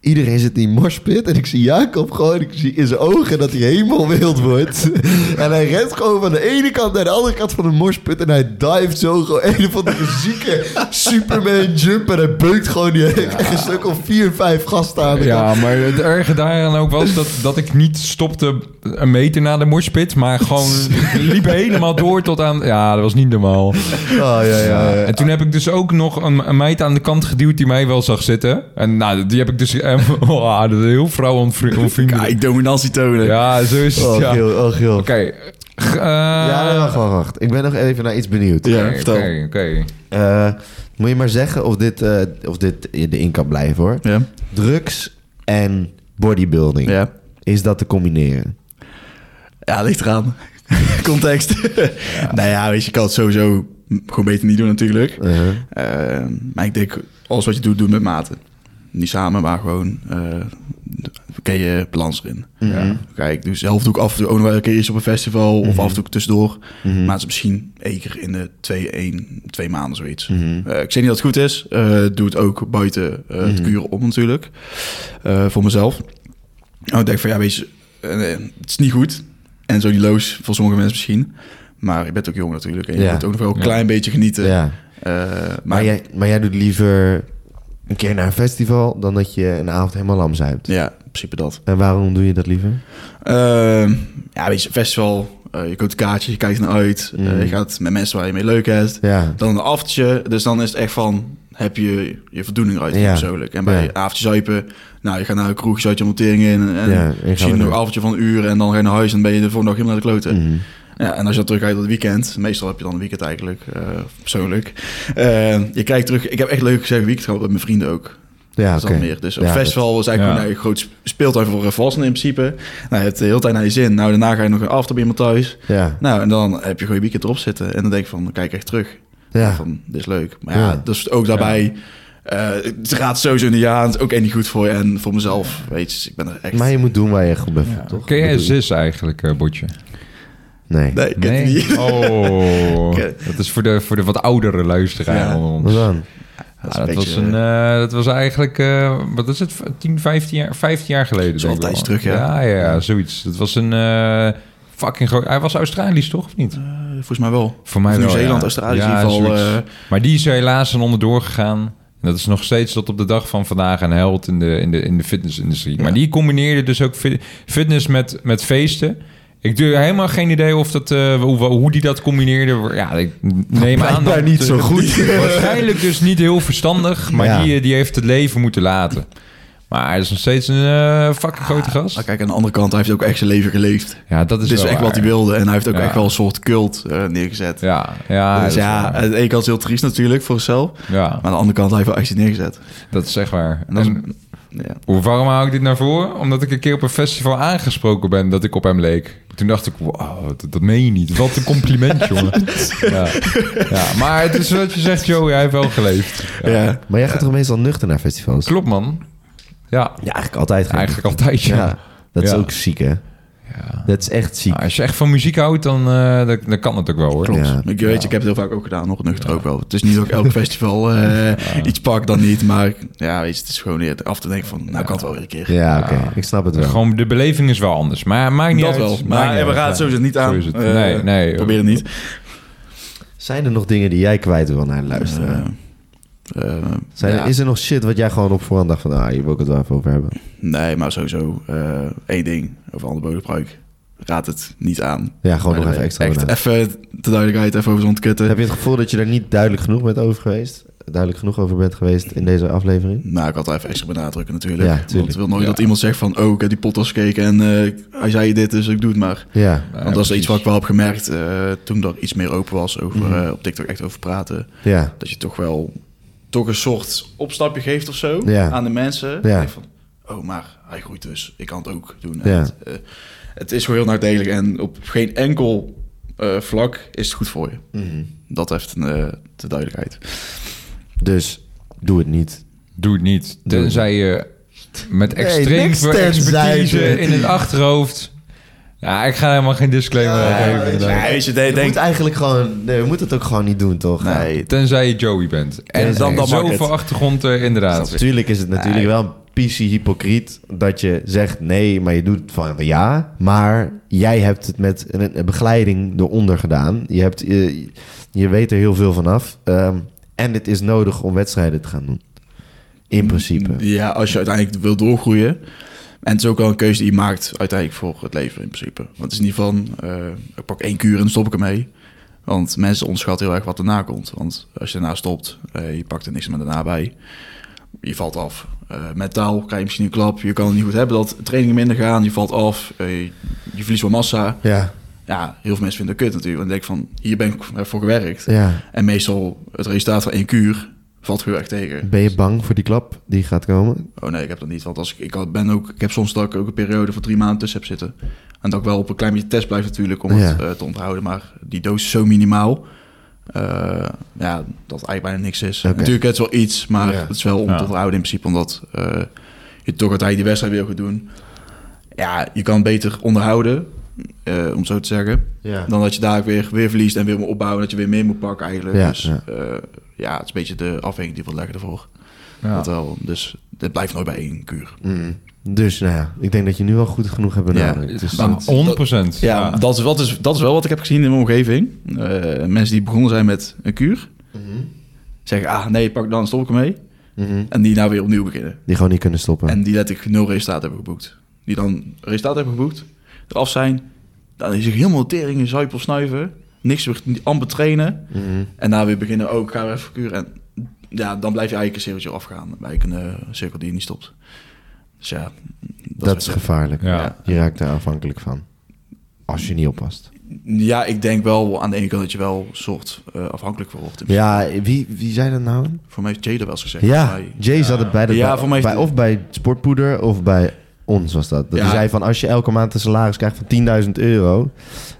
iedereen zit in die moshpit. En ik zie Jacob gewoon... Ik zie in zijn ogen dat hij helemaal wild wordt. en hij rent gewoon van de ene kant naar de andere kant van de moshpit. En hij dives zo gewoon een van de zieke Superman jump. En hij beukt gewoon die een stuk of vier, vijf gasten aan de Ja, maar het erge daaraan ook was dat, dat ik niet stopte een meter na de morspit, maar gewoon liep helemaal door tot aan... Ja, dat was niet normaal. Oh, ja, ja, ja. En toen heb ik dus ook nog een, een meid aan de kant geduwd die mij wel zag zitten. En nou, die heb ik dus... eh, oh, dat is heel vrouwonvriendelijk. Kijk, dominantie tonen. Ja, zo is het, Oh, ja. Oké. Giel, oh, Giel. g- eh, ja, nee, wacht, wacht, wacht. Ik ben nog even naar iets benieuwd. Ja, oké, vertel. Oké, oké. Eh, moet je maar zeggen of dit, eh, of dit in kan blijven, hoor. Ja. Drugs en bodybuilding. Ja. Is dat te combineren? Ja, ligt eraan. Context. Nou ja, weet je, je kan het sowieso gewoon beter niet doen natuurlijk. Uh-huh. Eh, maar ik denk, alles wat je doet, doe het met mate. Niet samen, maar gewoon... eh ken je balans erin. Mhm. Kijk, dus zelf doe ik af en toe ook nog wel een keer iets op een festival... of af en toe tussendoor. Mm-hmm. Maar het is misschien één keer in de twee, één, twee maanden zoiets. Mm-hmm. Eh, ik zeg niet dat het goed is. Eh, doe het ook buiten eh, het kuren om natuurlijk. Eh, voor mezelf. Nou, ik denk van ja, weet je, eh, eh, het is niet goed. En zo die loos voor sommige mensen misschien. Maar je bent ook jong natuurlijk. En je Ja. moet ook nog wel een Ja. klein beetje genieten. Ja. Eh, maar, Maar, jij, maar jij doet liever een keer naar een festival dan dat je een avond helemaal lam zuipt. Ja, in principe dat. En waarom doe je dat liever? Ehm, ja, weet je, festival. eh, je koopt een kaartje, je kijkt naar uit. eh, Mm. je gaat met mensen waar je mee leuk hebt. Ja. Dan een avondje. Dus dan is het echt van, heb je je voldoening uit Ja. persoonlijk. En bij Ja. een avondje zuipen, nou, je gaat naar een kroeg, je uit je montering in. En Ja, ik ga misschien weer nog door. een avondje van een uur en dan ga je naar huis en ben je de volgende dag helemaal naar de kloten. Mhm. Ja, en als je dan terug gaat op het weekend, meestal heb je dan een weekend eigenlijk, eh, persoonlijk. Eh, je kijkt terug, ik heb echt leuk gezegd weekend gehad met mijn vrienden ook. Ja, Dat is Ah, oké. dan meer. Dus een Ja, festival is eigenlijk Ja. gewoon een groot speeltuin voor volwassenen in principe. Nou, je hebt de hele tijd naar je zin. Nou, daarna ga je nog een after bij iemand thuis. Ja. Nou, en dan heb je gewoon je weekend erop zitten. En dan denk je van, dan kijk ik echt terug. Ja. Van, dit is leuk. Maar ja, Ja. dus ook daarbij... eh, het gaat sowieso in de jaren. Het is ook echt niet goed voor je en voor mezelf. Weet je, dus ik ben er echt... Maar je moet doen waar je goed bent, Ja. toch? Ken jij Dat doe je. Zis eigenlijk, eh, Botje? Nee. Nee, ik ken het niet. Oh, Ken- dat is voor de, voor de wat oudere luisteraar Ja. onder ons. Wat dan? Ja, is een dat, was beetje- een, eh, dat was eigenlijk, eh, wat is het, v- 10, 15 jaar, 15 jaar geleden. is denk al ik een wel. tijdje terug, ja. Ja, ja, zoiets. Dat was een eh, fucking groot... Hij was Australisch, toch? Of niet? Eh, volgens mij wel. Voor mij wel, Nieuw-Zeeland, ja. Australië Ja, in ieder geval. zoiets. eh, Maar die is er helaas aan onderdoor gegaan. En dat is nog steeds tot op de dag van vandaag een held in de, in de, in de fitnessindustrie. Maar die combineerde dus ook fi- fitness met, met feesten. Ik heb helemaal geen idee of dat, eh, hoe, hoe die dat combineerde. Ja, ik neem aan... Blijkbaar dat- eh, niet zo goed. Waarschijnlijk dus niet heel verstandig, maar Ja. die, eh, die heeft het leven moeten laten. Maar hij is nog steeds een eh, fucking grote gast. maar ah, kijk, aan de andere kant, hij heeft ook echt zijn leven geleefd. Ja, dat is Dit is wel echt wat waar. hij wilde. En hij heeft ook Ja. echt wel een soort cult eh, neergezet. Ja, ja, dus dat is ja, waar. aan de ene kant is het heel triest natuurlijk voor zichzelf. ja, Maar aan de andere kant hij heeft wel echt iets neergezet. dat is echt waar. En dat is- En ja. hoe- waarom haal ik dit naar voren? Omdat ik een keer op een festival aangesproken ben dat ik op hem leek. Toen dacht ik, wow, dat, dat meen je niet. Wat een compliment, jongen. Ja. ja, maar het is wat je zegt, Joey, hij heeft wel geleefd. Ja. Ja. Maar jij gaat toch meestal nuchter naar festivals? Klopt, man. Ja, Ja, eigenlijk altijd. gaan. eigenlijk altijd, ja. Ja, dat is Ja. ook ziek, hè? Ja. Dat is echt ziek. Nou, als je echt van muziek houdt, dan, eh, dan, dan kan het ook wel, hoor. Klopt. Ja. Ik weet, ik heb het heel vaak ook gedaan, nog nuchter ook wel. Het is niet dat ik elk festival eh, iets pak dan niet, maar ja, weet je, het is gewoon weer af te denken van, nou kan het wel weer een keer. Ja, oké. Ik snap het wel. Dus Gewoon, de beleving is wel anders. Maar maakt niet dat uit. wel, Maakt maar niet eh, we uit. gaan het sowieso niet aan. Zo is het. Eh, Nee, nee. Probeer het niet. Zijn er nog dingen die jij kwijt wil naar luisteren? Eh, eh, Zijn er- ja. Is er nog shit wat jij gewoon op voorhand dacht van... Ah, hier wil ik het wel even over hebben. Nee, maar sowieso eh, één ding over alcoholgebruik. Raad het niet aan. Ja, Oh, gewoon Maar nog dan even extra echt over na. Even de duidelijkheid, even over zo'n kutten. Heb je het gevoel dat je daar niet duidelijk genoeg bent over geweest? Duidelijk genoeg over bent geweest in deze aflevering? Nou, ik had het even extra benadrukken natuurlijk. Ja, want tuurlijk. ik wil nooit Ja. dat iemand zegt van... oh, ik heb die podcast gekeken en eh, hij zei dit, dus ik doe het maar. Ja. Ja, Want dat is precies. iets wat ik wel heb gemerkt eh, toen er iets meer open was... over eh, op TikTok echt over praten. Ja. Dat je toch wel toch een soort opstapje geeft of zo Ja. aan de mensen. Ja. Van, oh, maar hij groeit dus. Ik kan het ook doen. Ja. En Het, eh, het is gewoon heel nadelig en op geen enkel eh, vlak is het goed voor je. Mhm. Dat heeft een, eh, de duidelijkheid. Dus doe het niet. Doe het niet. Tenzij je met Nee, extreem niks veel tenzij expertise je- in het achterhoofd... Ja, ik ga helemaal geen disclaimer geven. Ja, weet je, Je denk, moet eigenlijk gewoon... Nee, we moeten het ook gewoon niet doen, toch? Nee, Tenzij je Joey bent. En dan- dan mag zoveel het. achtergrond, eh, inderdaad. Natuurlijk is het natuurlijk wel een pissie hypocriet dat je zegt nee, maar je doet van ja. Maar jij hebt het met een, een begeleiding eronder gedaan. Je, hebt, eh, je, weet er heel veel vanaf. Ehm, en het is nodig om wedstrijden te gaan doen. In principe. Ja, als je uiteindelijk wil doorgroeien. En het is ook wel een keuze die je maakt uiteindelijk voor het leven in principe. Want het is niet van, eh, ik pak één kuur en dan stop ik ermee. Want mensen onderschatten heel erg wat erna komt. Want als je daarna stopt, eh, je pakt er niks meer daarna bij. Je valt af. Eh mentaal krijg je misschien een klap. Je kan het niet goed hebben dat trainingen minder gaan. Je valt af. eh, je, je verliest wel massa. Ja, Ja, heel veel mensen vinden dat kut natuurlijk. En dan denk ik van, hier ben ik voor gewerkt. ja. En meestal het resultaat van één kuur valt heel erg tegen. Ben je bang voor die klap die gaat komen? Oh nee, ik heb dat niet. Want als ik, ik, had- ben ook, ik heb soms dat ik ook een periode van drie maanden tussen heb zitten. En dat ik wel op een klein beetje test blijf natuurlijk om het Ja. eh, te onthouden. Maar die doos is zo minimaal. eh, ja, dat eigenlijk bijna niks is. Oké. Natuurlijk, het is wel iets, maar Ja. het is wel om Ja. te onthouden in principe. Omdat eh, je toch uiteindelijk die wedstrijd wil gaan doen. Ja, je kan het beter onderhouden, eh, om het zo te zeggen. Ja. Dan dat je daar weer, weer verliest en weer moet opbouwen. Dat je weer meer moet pakken eigenlijk. Ja, dus ja. eh, ja, het is een beetje de afweging die we leggen ervoor. Ja. Dat wel. Dus dit blijft nooit bij één kuur. Mm. Dus nou ja, ik denk dat je nu al goed genoeg hebt benaderd. Ja. Dus- Want- 100%. Ja, Dat, is, dat, is, dat is wel wat ik heb gezien in mijn omgeving. Mhm. Eh, mensen die begonnen zijn met een kuur. Zeggen, ah nee, pak dan stop ik ermee. En die nou weer opnieuw beginnen. Die gewoon niet kunnen stoppen. En die letterlijk nul resultaat hebben geboekt. Die dan resultaat hebben geboekt, eraf zijn. Dan is zich helemaal tering in zuipel snuiven. Niks, meer- amper trainen. Mhm. En daar weer beginnen, ook gaan we even kuren. En ja, dan blijf je eigenlijk een cirkeltje afgaan. Bij een eh, cirkel die je niet stopt. Dus ja, dat, is gevaarlijk. Ja. Ja. Je raakt daar afhankelijk van. Als je niet oppast. Ja, ik denk wel aan de ene kant dat je wel soort eh, afhankelijk van wordt. Ja, wie, wie zei dat nou? Voor mij heeft Jada wel eens gezegd. Ja, volgens mij. Jay zat het bij, de, Ja, bij- voor mij is bij- het- of bij Sportpoeder of bij ons was dat. Dat Ja. hij zei van als je elke maand een salaris krijgt van 10.000 euro,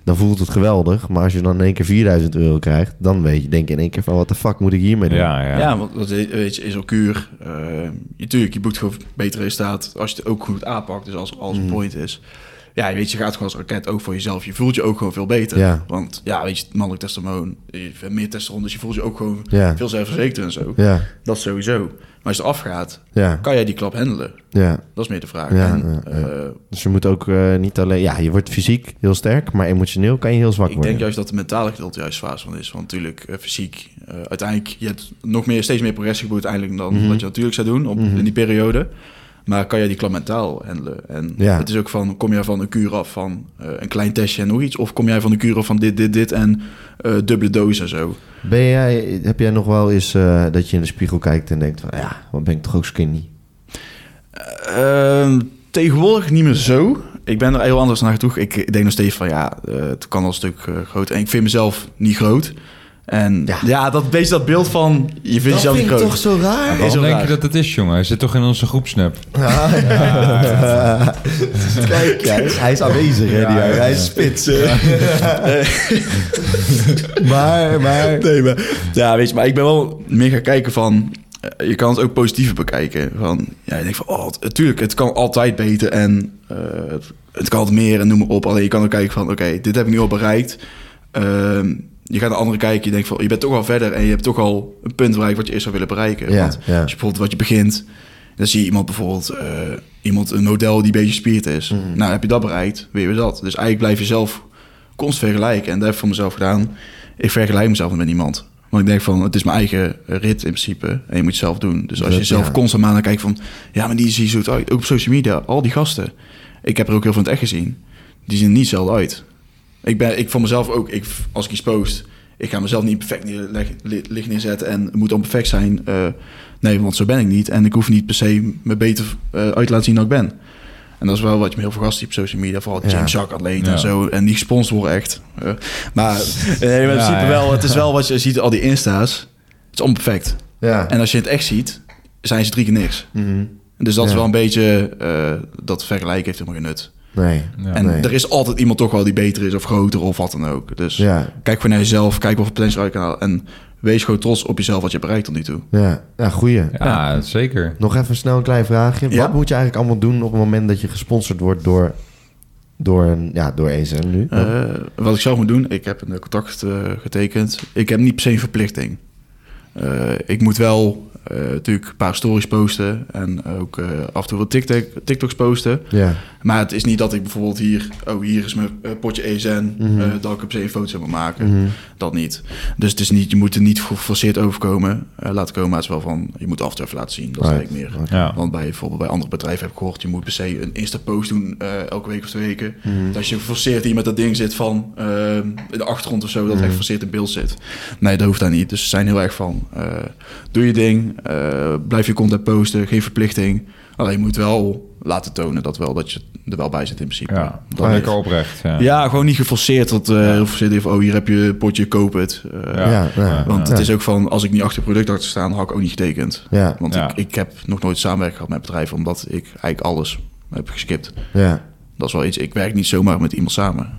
dan voelt het geweldig. Maar als je dan in één keer 4.000 euro krijgt, dan weet je, denk je in één keer van wat de fuck moet ik hiermee doen? Ja, ja. Ja, want dat is- weet je, is ook kuur. Eh, natuurlijk, je boekt gewoon beter resultaat als je het ook goed aanpakt. Dus als als een Mm. point is. Ja, weet je, je gaat gewoon als raket ook voor jezelf. Je voelt je ook gewoon veel beter. Ja. Want ja, weet je, het mannelijk testosteron, je hebt meer testosteron, dus je voelt je ook gewoon Ja. veel zelfverzekerder en zo. Ja, Dat sowieso. Maar als het afgaat, ja, kan jij die klap handelen? ja. Dat is meer de vraag. Ja, en, ja, ja. eh, Dus je moet ook eh, niet alleen... Ja, je wordt fysiek heel sterk, maar emotioneel kan je heel zwak Ik worden. denk juist dat de mentale gedeelte juist zwaar van is. Want natuurlijk, eh, fysiek, eh, uiteindelijk, je hebt nog meer, steeds meer progressie geboekt uiteindelijk dan wat je natuurlijk zou doen op, in die periode. Maar kan je die klap mentaal handelen? En Ja. het is ook van, kom jij van een kuur af van eh, een klein testje en nog iets? Of kom jij van de kuur af van dit, dit, dit en eh, dubbele doos en zo? Ben jij, heb jij nog wel eens eh, dat je in de spiegel kijkt en denkt van... Ja, wat ben ik toch ook skinny? Ehm, tegenwoordig niet meer zo. Ik ben er heel anders naar toe. Ik denk nog steeds van ja, eh, het kan al een stuk eh, groter. En ik vind mezelf niet groot. En ja, dat, beetje dat beeld van je vindt jezelf niet groot. zo raar? Is Waarom wel denk raar. je dat het is, jongen? Hij zit toch in onze groepsnap? Kijk, hij is, hij is aanwezig, hè, die- Ja, ja, ja. Hij is spits. maar, maar... Nee, maar, ja, weet je, maar ik ben wel meer gaan kijken van... eh, Je kan het ook positiever bekijken. Van, ja, je denkt van, oh, natuurlijk, het kan altijd beter en eh, het, het kan altijd meer en noem maar op. Alleen je kan ook kijken van, oké, dit heb ik nu al bereikt. Ehm, je gaat naar anderen kijken, je denkt van, je bent toch al verder en je hebt toch al een punt bereikt wat je eerst zou willen bereiken. Ja, Want als je ja. bijvoorbeeld wat je begint, dan zie je iemand bijvoorbeeld, eh, iemand, een model die een beetje spierd is. Mhm. Nou, heb je dat bereikt, weer weer dat. Dus eigenlijk blijf je zelf constant vergelijken. En dat heb ik voor mezelf gedaan. Ik vergelijk mezelf met niemand. Want ik denk van, het is mijn eigen eh, rit in principe. En je moet het zelf doen. Dus als je Dat- zelf ja. constant maar naar kijkt van... Ja, maar die zien zo uit. Ook op social media, al die gasten. Ik heb er ook heel veel in het echt gezien. Die zien er niet hetzelfde uit. Ik ben, ik van mezelf ook, ik, als ik iets post... Ik ga mezelf niet perfect neerleg- li- licht neerzetten en het moet onperfect zijn. Eh, nee, want zo ben ik niet. En ik hoef niet per se me beter eh, uit te laten zien dan ik ben. En dat is wel wat je me heel veel gasten ziet op social media. Vooral Ja. James Jacques atleet Ja. en zo. En die gesponsord worden echt. Eh, maar nee, maar in Ja, principe ja. wel. Het is wel wat je ziet, al die insta's. Het is onperfect. Ja. En als je het echt ziet, zijn ze drie keer niks. Mhm. Dus dat is Ja. wel een beetje... eh, dat vergelijken heeft helemaal geen nut. Nee. Ja. en nee. er is altijd iemand toch wel die beter is of groter of wat dan ook. Dus Ja. kijk gewoon naar jezelf. Kijk wat voor potentieel uit kan halen. En wees gewoon trots op jezelf wat je hebt bereikt tot nu toe. Ja. ja, goeie. Ja, zeker. Nog even snel een klein vraagje. Ja. Wat moet je eigenlijk allemaal doen op het moment dat je gesponsord wordt door, door, een, ja, door ESM nu? Eh, wat ik zelf moet doen, ik heb een eh, contract eh, getekend. Ik heb niet per se een verplichting. Eh, ik moet wel eh, natuurlijk een paar stories posten en ook eh, af en toe wat TikTok, TikToks posten. ja. Maar het is niet dat ik bijvoorbeeld hier, oh hier is mijn eh, potje ESN, Mhm. eh, dat ik er per se een foto zou maken. Dat niet. Dus het is niet, je moet er niet geforceerd overkomen, eh, laten komen. Maar het is wel van, je moet af en toe even laten zien. Dat is Right. eigenlijk meer. Ja. Want bij, bijvoorbeeld bij andere bedrijven heb ik gehoord, je moet per se een Insta-post doen eh, elke week of twee weken. Mhm. Dat je geforceerd hier met dat ding zit van ehm, in de achtergrond of zo, dat het Mhm. echt geforceerd in beeld zit. Nee, dat hoeft daar niet. Dus ze zijn heel erg van, eh, doe je ding, eh, blijf je content posten, geen verplichting. Alleen je moet wel laten tonen dat, wel, dat je er wel bij zit in principe. Ja, Dat gewoon meer. lekker oprecht. Ja. ja, gewoon niet geforceerd. Dat eh heel geforceerd heeft, oh hier heb je een potje, koop het. Eh, Ja. Ja, ja. Want Ja. het is ook van, als ik niet achter het product had gestaan, had ik ook niet getekend. Ja. Want Ja. Ik, ik heb nog nooit samenwerking gehad met bedrijven, omdat ik eigenlijk alles heb geskipt. ja. Dat is wel iets, ik werk niet zomaar met iemand samen.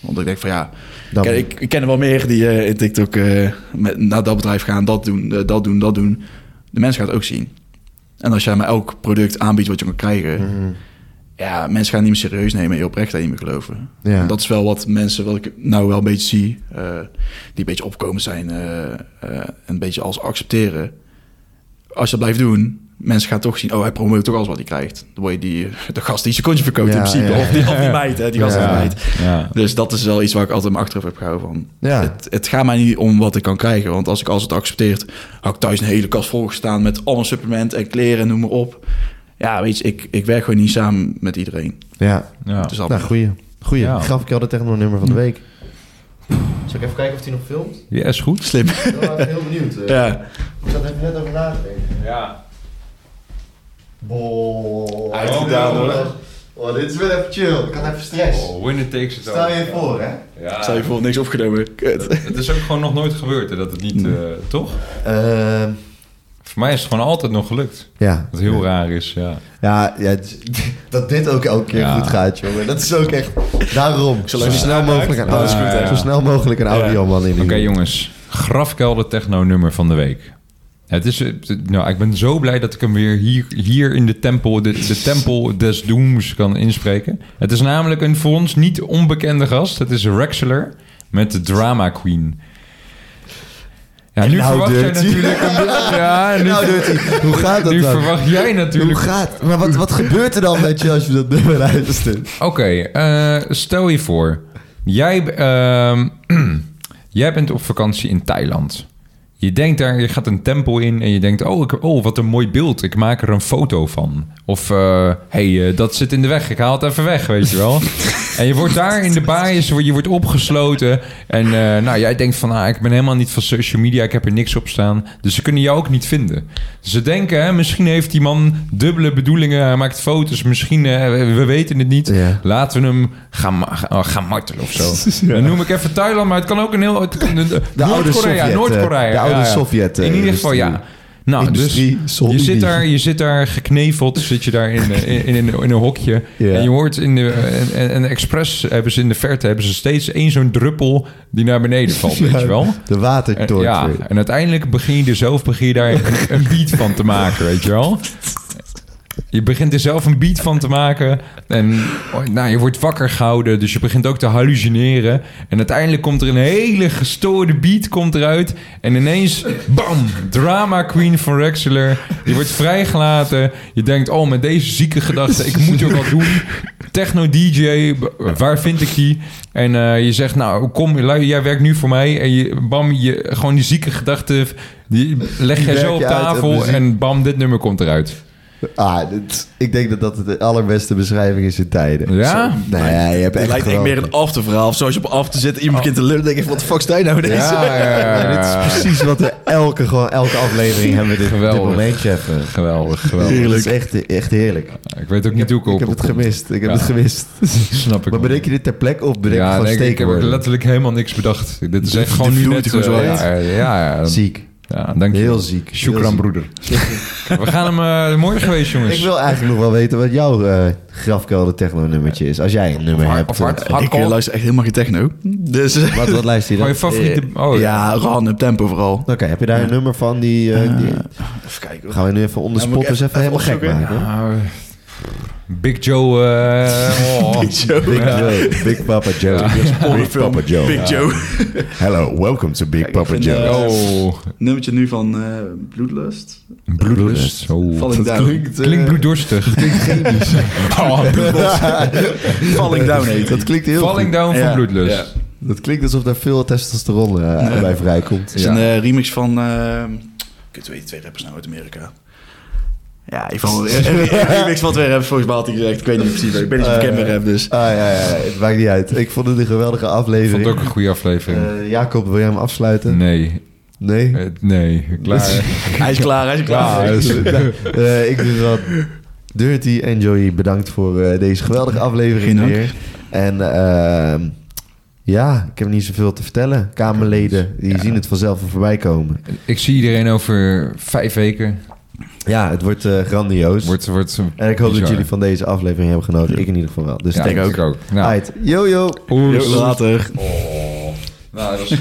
Want ik denk van ja, ik Dan- ken, ik, ik ken er wel meer die eh, in TikTok eh, met, naar dat bedrijf gaan, dat doen, eh, dat doen, dat doen. De mensen gaan het ook zien. En als jij maar elk product aanbiedt wat je kan krijgen, Mhm. ja, mensen gaan het niet meer serieus nemen en je oprecht daar niet meer geloven. Ja. En Dat is wel wat mensen, wat ik nou wel een beetje zie, eh, die een beetje opkomen zijn eh, eh, en een beetje alles accepteren. Als je dat blijft doen, mensen gaan toch zien, oh, hij promoot toch alles wat hij krijgt. Dan word je die, de gast die een secondje verkoopt Ja, in principe. ja. Of, die, of die meid, hè, die gast Ja. die Ja. meid. Ja. Dus dat is wel iets waar ik altijd me achteraf heb gehouden van. Ja. Het, het gaat mij niet om wat ik kan krijgen. Want als ik alles het accepteert, had ik thuis een hele kast volgestaan met allemaal supplementen en kleren en noem maar op. Ja, weet je, ik, ik werk gewoon niet samen met iedereen. Ja, Ja. Dus dat- nou, goeie. Goeie. Ja. Graf ik al de techno-nummer van de week. Zal ik even kijken of hij nog filmt? ja, is goed. slim. Ik ben heel benieuwd. eh. ja. Ik zat even net over na te denken. Ja. Bol. Uitgedaan, hoor. Oh, dit is wel even chill. Ik had even stress. Oh, winner takes it Stel je voor, hè? Ja. Stel je voor, niks opgenomen. Kut. Het is ook gewoon nog nooit gebeurd hè, dat het niet, eh, toch? Ehm, Voor mij is het gewoon altijd nog gelukt. ja. Wat heel raar is, ja. Ja, ja, het- dat dit ook elke keer Ja. goed gaat, jongen. Dat is ook echt... Daarom, zo even snel mogelijk een, Ja, audio, is goed, hè? zo snel mogelijk een audioman in die Oké hoek. jongens, grafkelder techno nummer van de week. Het is, eh, t- nou, ik ben zo blij dat ik hem weer hier, hier in de tempel, de, de tempel des dooms kan inspreken. Het is namelijk een voor ons niet onbekende gast. Het is Rexler met de Drama Queen. Ja, nu Nou, verwacht jij dirty. natuurlijk... Ja, nu, Nou, Dirty, hoe gaat dat nu dan? verwacht jij Hoe natuurlijk... gaat... Maar wat, wat gebeurt er dan met je als je dat nummer luistert? Oké, eh, stel je voor. Jij, ehm, jij bent op vakantie in Thailand. Je denkt daar, je gaat een tempel in en je denkt... Oh, ik, oh wat een mooi beeld. Ik maak er een foto van. Of, hé, hey, eh, dat zit in de weg. Ik haal het even weg, weet je wel. en je wordt daar in de baaiers, je wordt opgesloten. En eh, nou, jij denkt van, ah, ik ben helemaal niet van social media. Ik heb er niks op staan. Dus ze kunnen jou ook niet vinden. Ze denken, hè, misschien heeft die man dubbele bedoelingen. Hij maakt foto's, misschien... eh, we- we weten het niet. Ja. Laten we hem gaan, ma- gaan, oh, gaan martelen of zo. Dan noem ik even Thailand, maar het kan ook een heel... het kan- de- oude Noord-Korea, Sovjet, Noord-Korea. eh, de oude ja, ja. Sovjet, eh, In ieder geval, ja. industrie. Nou, dus Industrie, je Sovjet. zit, daar, je zit daar gekneveld, zit je daar in, eh, in, in, een- in een hokje. Ja. En je hoort in de en, en, en expres hebben ze in de verte hebben ze steeds één zo'n druppel die naar beneden valt, weet je wel? De watertorch. Eh, ja, weer. en uiteindelijk begin je er zelf begin je daar een, een beat van te maken, weet je wel? Je begint er zelf een beat van te maken. En nou, je wordt wakker gehouden, dus je begint ook te hallucineren. En uiteindelijk komt er een hele gestoorde beat komt eruit. En ineens, bam, drama queen van Rexler. Je wordt vrijgelaten. Je denkt, oh, met deze zieke gedachten, ik moet er wat doen. Techno-dj, b- waar vind ik die? En eh, je zegt, nou, kom, lui, jij werkt nu voor mij. En je, bam, je, gewoon die zieke gedachten, die leg jij werk zo op je uit op tafel. muziek. En bam, dit nummer komt eruit. Ah, dit- ik denk dat dat de allerbeste beschrijving is in tijden. Ja? Zo, nou ja, je hebt Het echt lijkt echt gewoon- meer een afterverhaal. Of zoals je op af te zitten, iemand begint te lullen. denk ik van, wat de fuck sta je nou deze? Ja, ja, ja, Ja, dit is precies wat we elke, gewoon elke aflevering hebben. we Dit, dit Geweldig. momentje even. Geweldig, geweldig. Heerlijk. is echt, echt heerlijk. Ik weet ook niet hoe ik Ik op heb het gemist. Ik heb Ja. het gemist. Snap ik. Maar bedenk je dit ter plekke of bedenk je ja, gewoon nee, ik- ik heb ook steekwoorden? letterlijk helemaal niks bedacht. Dit is echt gewoon nu vloeit net... gewoon zo eh, uit. ja, ja, ja, Ziek. ja, dank je. Heel ziek. Shukran, Heel ziek. broeder. We gaan hem... eh, mooi geweest, jongens. Ik wil eigenlijk nog wel weten wat jouw eh grafkelder techno-nummertje is. Als jij een nummer Hard- hebt. of hard- eh, Ik eh, luister echt helemaal geen techno. Dus... wat, wat luister je Gewoon dan? je favoriete... eh, Oh, ja. ja, ran op tempo vooral. Oké, heb je daar een nummer van die... eh, die- Even kijken hoor. Gaan we nu even onder Ja, moet ik spotters even, even- helemaal even gek maken. hoor. Ah, eh, Big Joe... eh, oh. Big Joe, Big Papa Joe. Big Papa Joe. Big Joe. Hello, welcome to Big Kijk, ik vind, eh, Oh, Nummertje nu van eh Bloedlust. bloedlust. Oh. Falling Down. klinkt, eh, Klinkt bloeddorstig. Klinkt chemisch. Oh, bloedlust. Falling Down heet Dat het. klinkt heel Falling goed. Down van Ja. bloedlust. Ja. Dat klinkt alsof daar veel testosteron eh, bij vrijkomt. is Ja. een eh, remix van... eh, ik weet twee rappers nou uit Amerika. Ja, ik vond een eh, remix van twee rappers. Volgens mij had hij gezegd. Ik weet niet precies. Ik ben niet zo bekend met rap dus. Ah ja, ja, het maakt niet uit. Ik vond het een geweldige Ik vond aflevering. het ook een goede aflevering. Eh, Jacob, wil jij hem afsluiten? Nee, Nee? eh, nee, klaar. Hij is klaar, hij Ah, is klaar. Klaar. dus- Nou, eh, ik doe dat. Dirty en Joey, bedankt voor eh, deze geweldige aflevering Geen dank. weer. En ehm, ja, ik heb niet zoveel te vertellen. Kamerleden, die zien het vanzelf wel voorbij komen. Ik zie iedereen over vijf weken. Ja, het wordt eh, grandioos. Wordt, wordt en ik hoop dat bizar. jullie van deze aflevering hebben genoten. Ik in ieder geval wel. Dus Ja, thanks. ik ook. Nou, Alright, yo yo. oers. Later. Nou, dat was